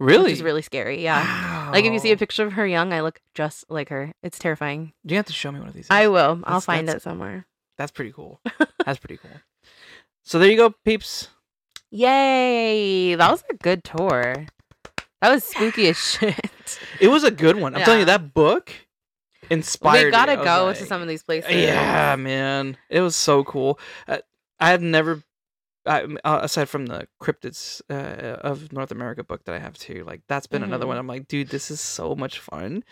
A: Really?
B: Which is really scary. Yeah. Like if you see a
A: Wow.
B: picture of her young, I look just like her. It's terrifying.
A: you have to show me one of these.
B: I
A: days.
B: will. I'll
A: That's-
B: find
A: that's-
B: it somewhere.
A: That's pretty cool. that's pretty cool. So there you go, peeps.
B: Yay. That was a good tour. That was spooky as shit.
A: It was a good one. I'm telling you,
B: Yeah.
A: that book inspired.
B: we gotta
A: me. I was
B: go to
A: like,
B: some of these places.
A: Yeah, man, it was so cool. Uh, I have never, I, m- uh, aside from the cryptids uh, of North America book that I have too, like that's been another one. I'm like, dude, this is so much fun.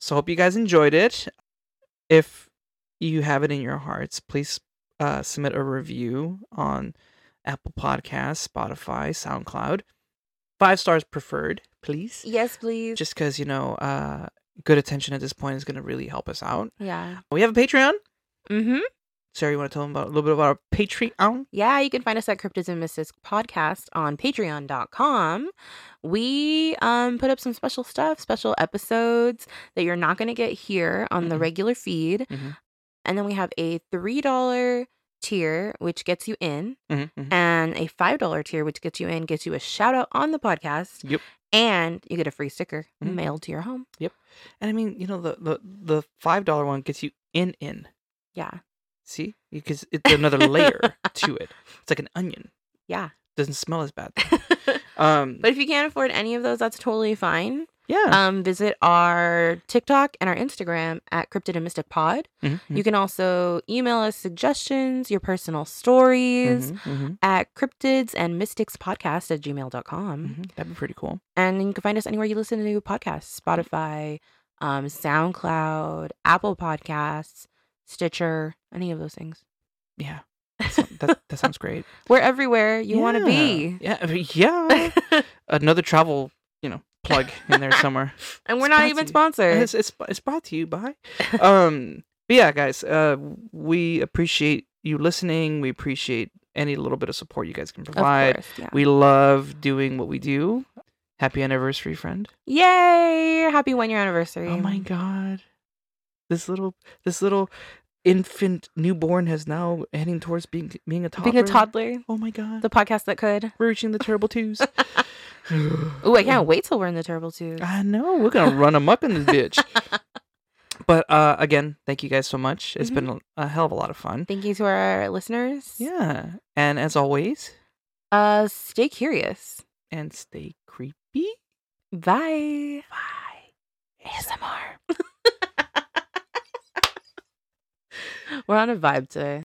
A: So hope you guys enjoyed it. If you have it in your hearts, please uh, submit a review on Apple Podcasts, Spotify, SoundCloud. Five stars preferred, please.
B: Yes, please.
A: Just because you know, uh, good attention at this point is going to really help us out.
B: yeah.
A: We have a Patreon.
B: Mm-hmm.
A: Sarah, you want to tell them about a little bit about our Patreon?
B: Yeah, you can find us at Cryptism Mystics Podcast on patreon.com. We um, put up some special stuff, special episodes that you're not going to get here on the
A: Mhm.
B: regular feed.
A: Mhm.
B: And then we have a $3 tier, which gets you in,
A: Mm-hmm, mm-hmm.
B: and a $5 tier, which gets you in, gets you a shout out on the podcast.
A: Yep.
B: And you get a free sticker
A: Mhm.
B: mailed to your home.
A: And I mean, you know, the the the five dollar one gets you in in.
B: Yeah.
A: See, because it's another layer to it. It's like an onion.
B: Yeah.
A: Doesn't smell as bad.
B: but
A: Um.
B: if you can't afford any of those, that's totally fine.
A: yeah.
B: um, visit our TikTok and our Instagram at Cryptid and Mystic Pod.
A: Mhm, mhm,
B: You can also email us suggestions, your personal stories
A: mhm, mhm,
B: at cryptids and mystics podcast at gmail.com.
A: mhm. That'd be pretty cool.
B: And you can find us anywhere you listen to podcasts Spotify, um, SoundCloud, Apple Podcasts, Stitcher, any of those things.
A: Yeah. That, sound- that, that sounds great.
B: We're everywhere you want to
A: Yeah.
B: be.
A: Yeah. I mean, Yeah. Another travel, you know, plug in there somewhere.
B: and we're not even sponsored.
A: It's, it's it's brought to you by. Um, but yeah, guys, uh, we appreciate you listening. We appreciate any little bit of support you guys can
B: Of
A: provide.
B: course. Yeah.
A: We love doing what we do. Happy anniversary, friend.
B: Yay! Happy one year anniversary.
A: Oh my god. This little this little infant newborn has now heading towards being being a toddler.
B: Being a toddler,
A: Oh my god.
B: the podcast that could.
A: We're reaching the terrible twos.
B: Ooh, I can't wait till we're in the Terrible Twos.
A: I know. We're gonna run amok in this bitch. But uh, again, thank you guys so much. It's been a, a hell of a lot of fun.
B: Thank you to our listeners.
A: Yeah. And as always,
B: Uh, stay curious.
A: and stay creepy.
B: Bye.
A: Bye.
B: ASMR. we're on a vibe today.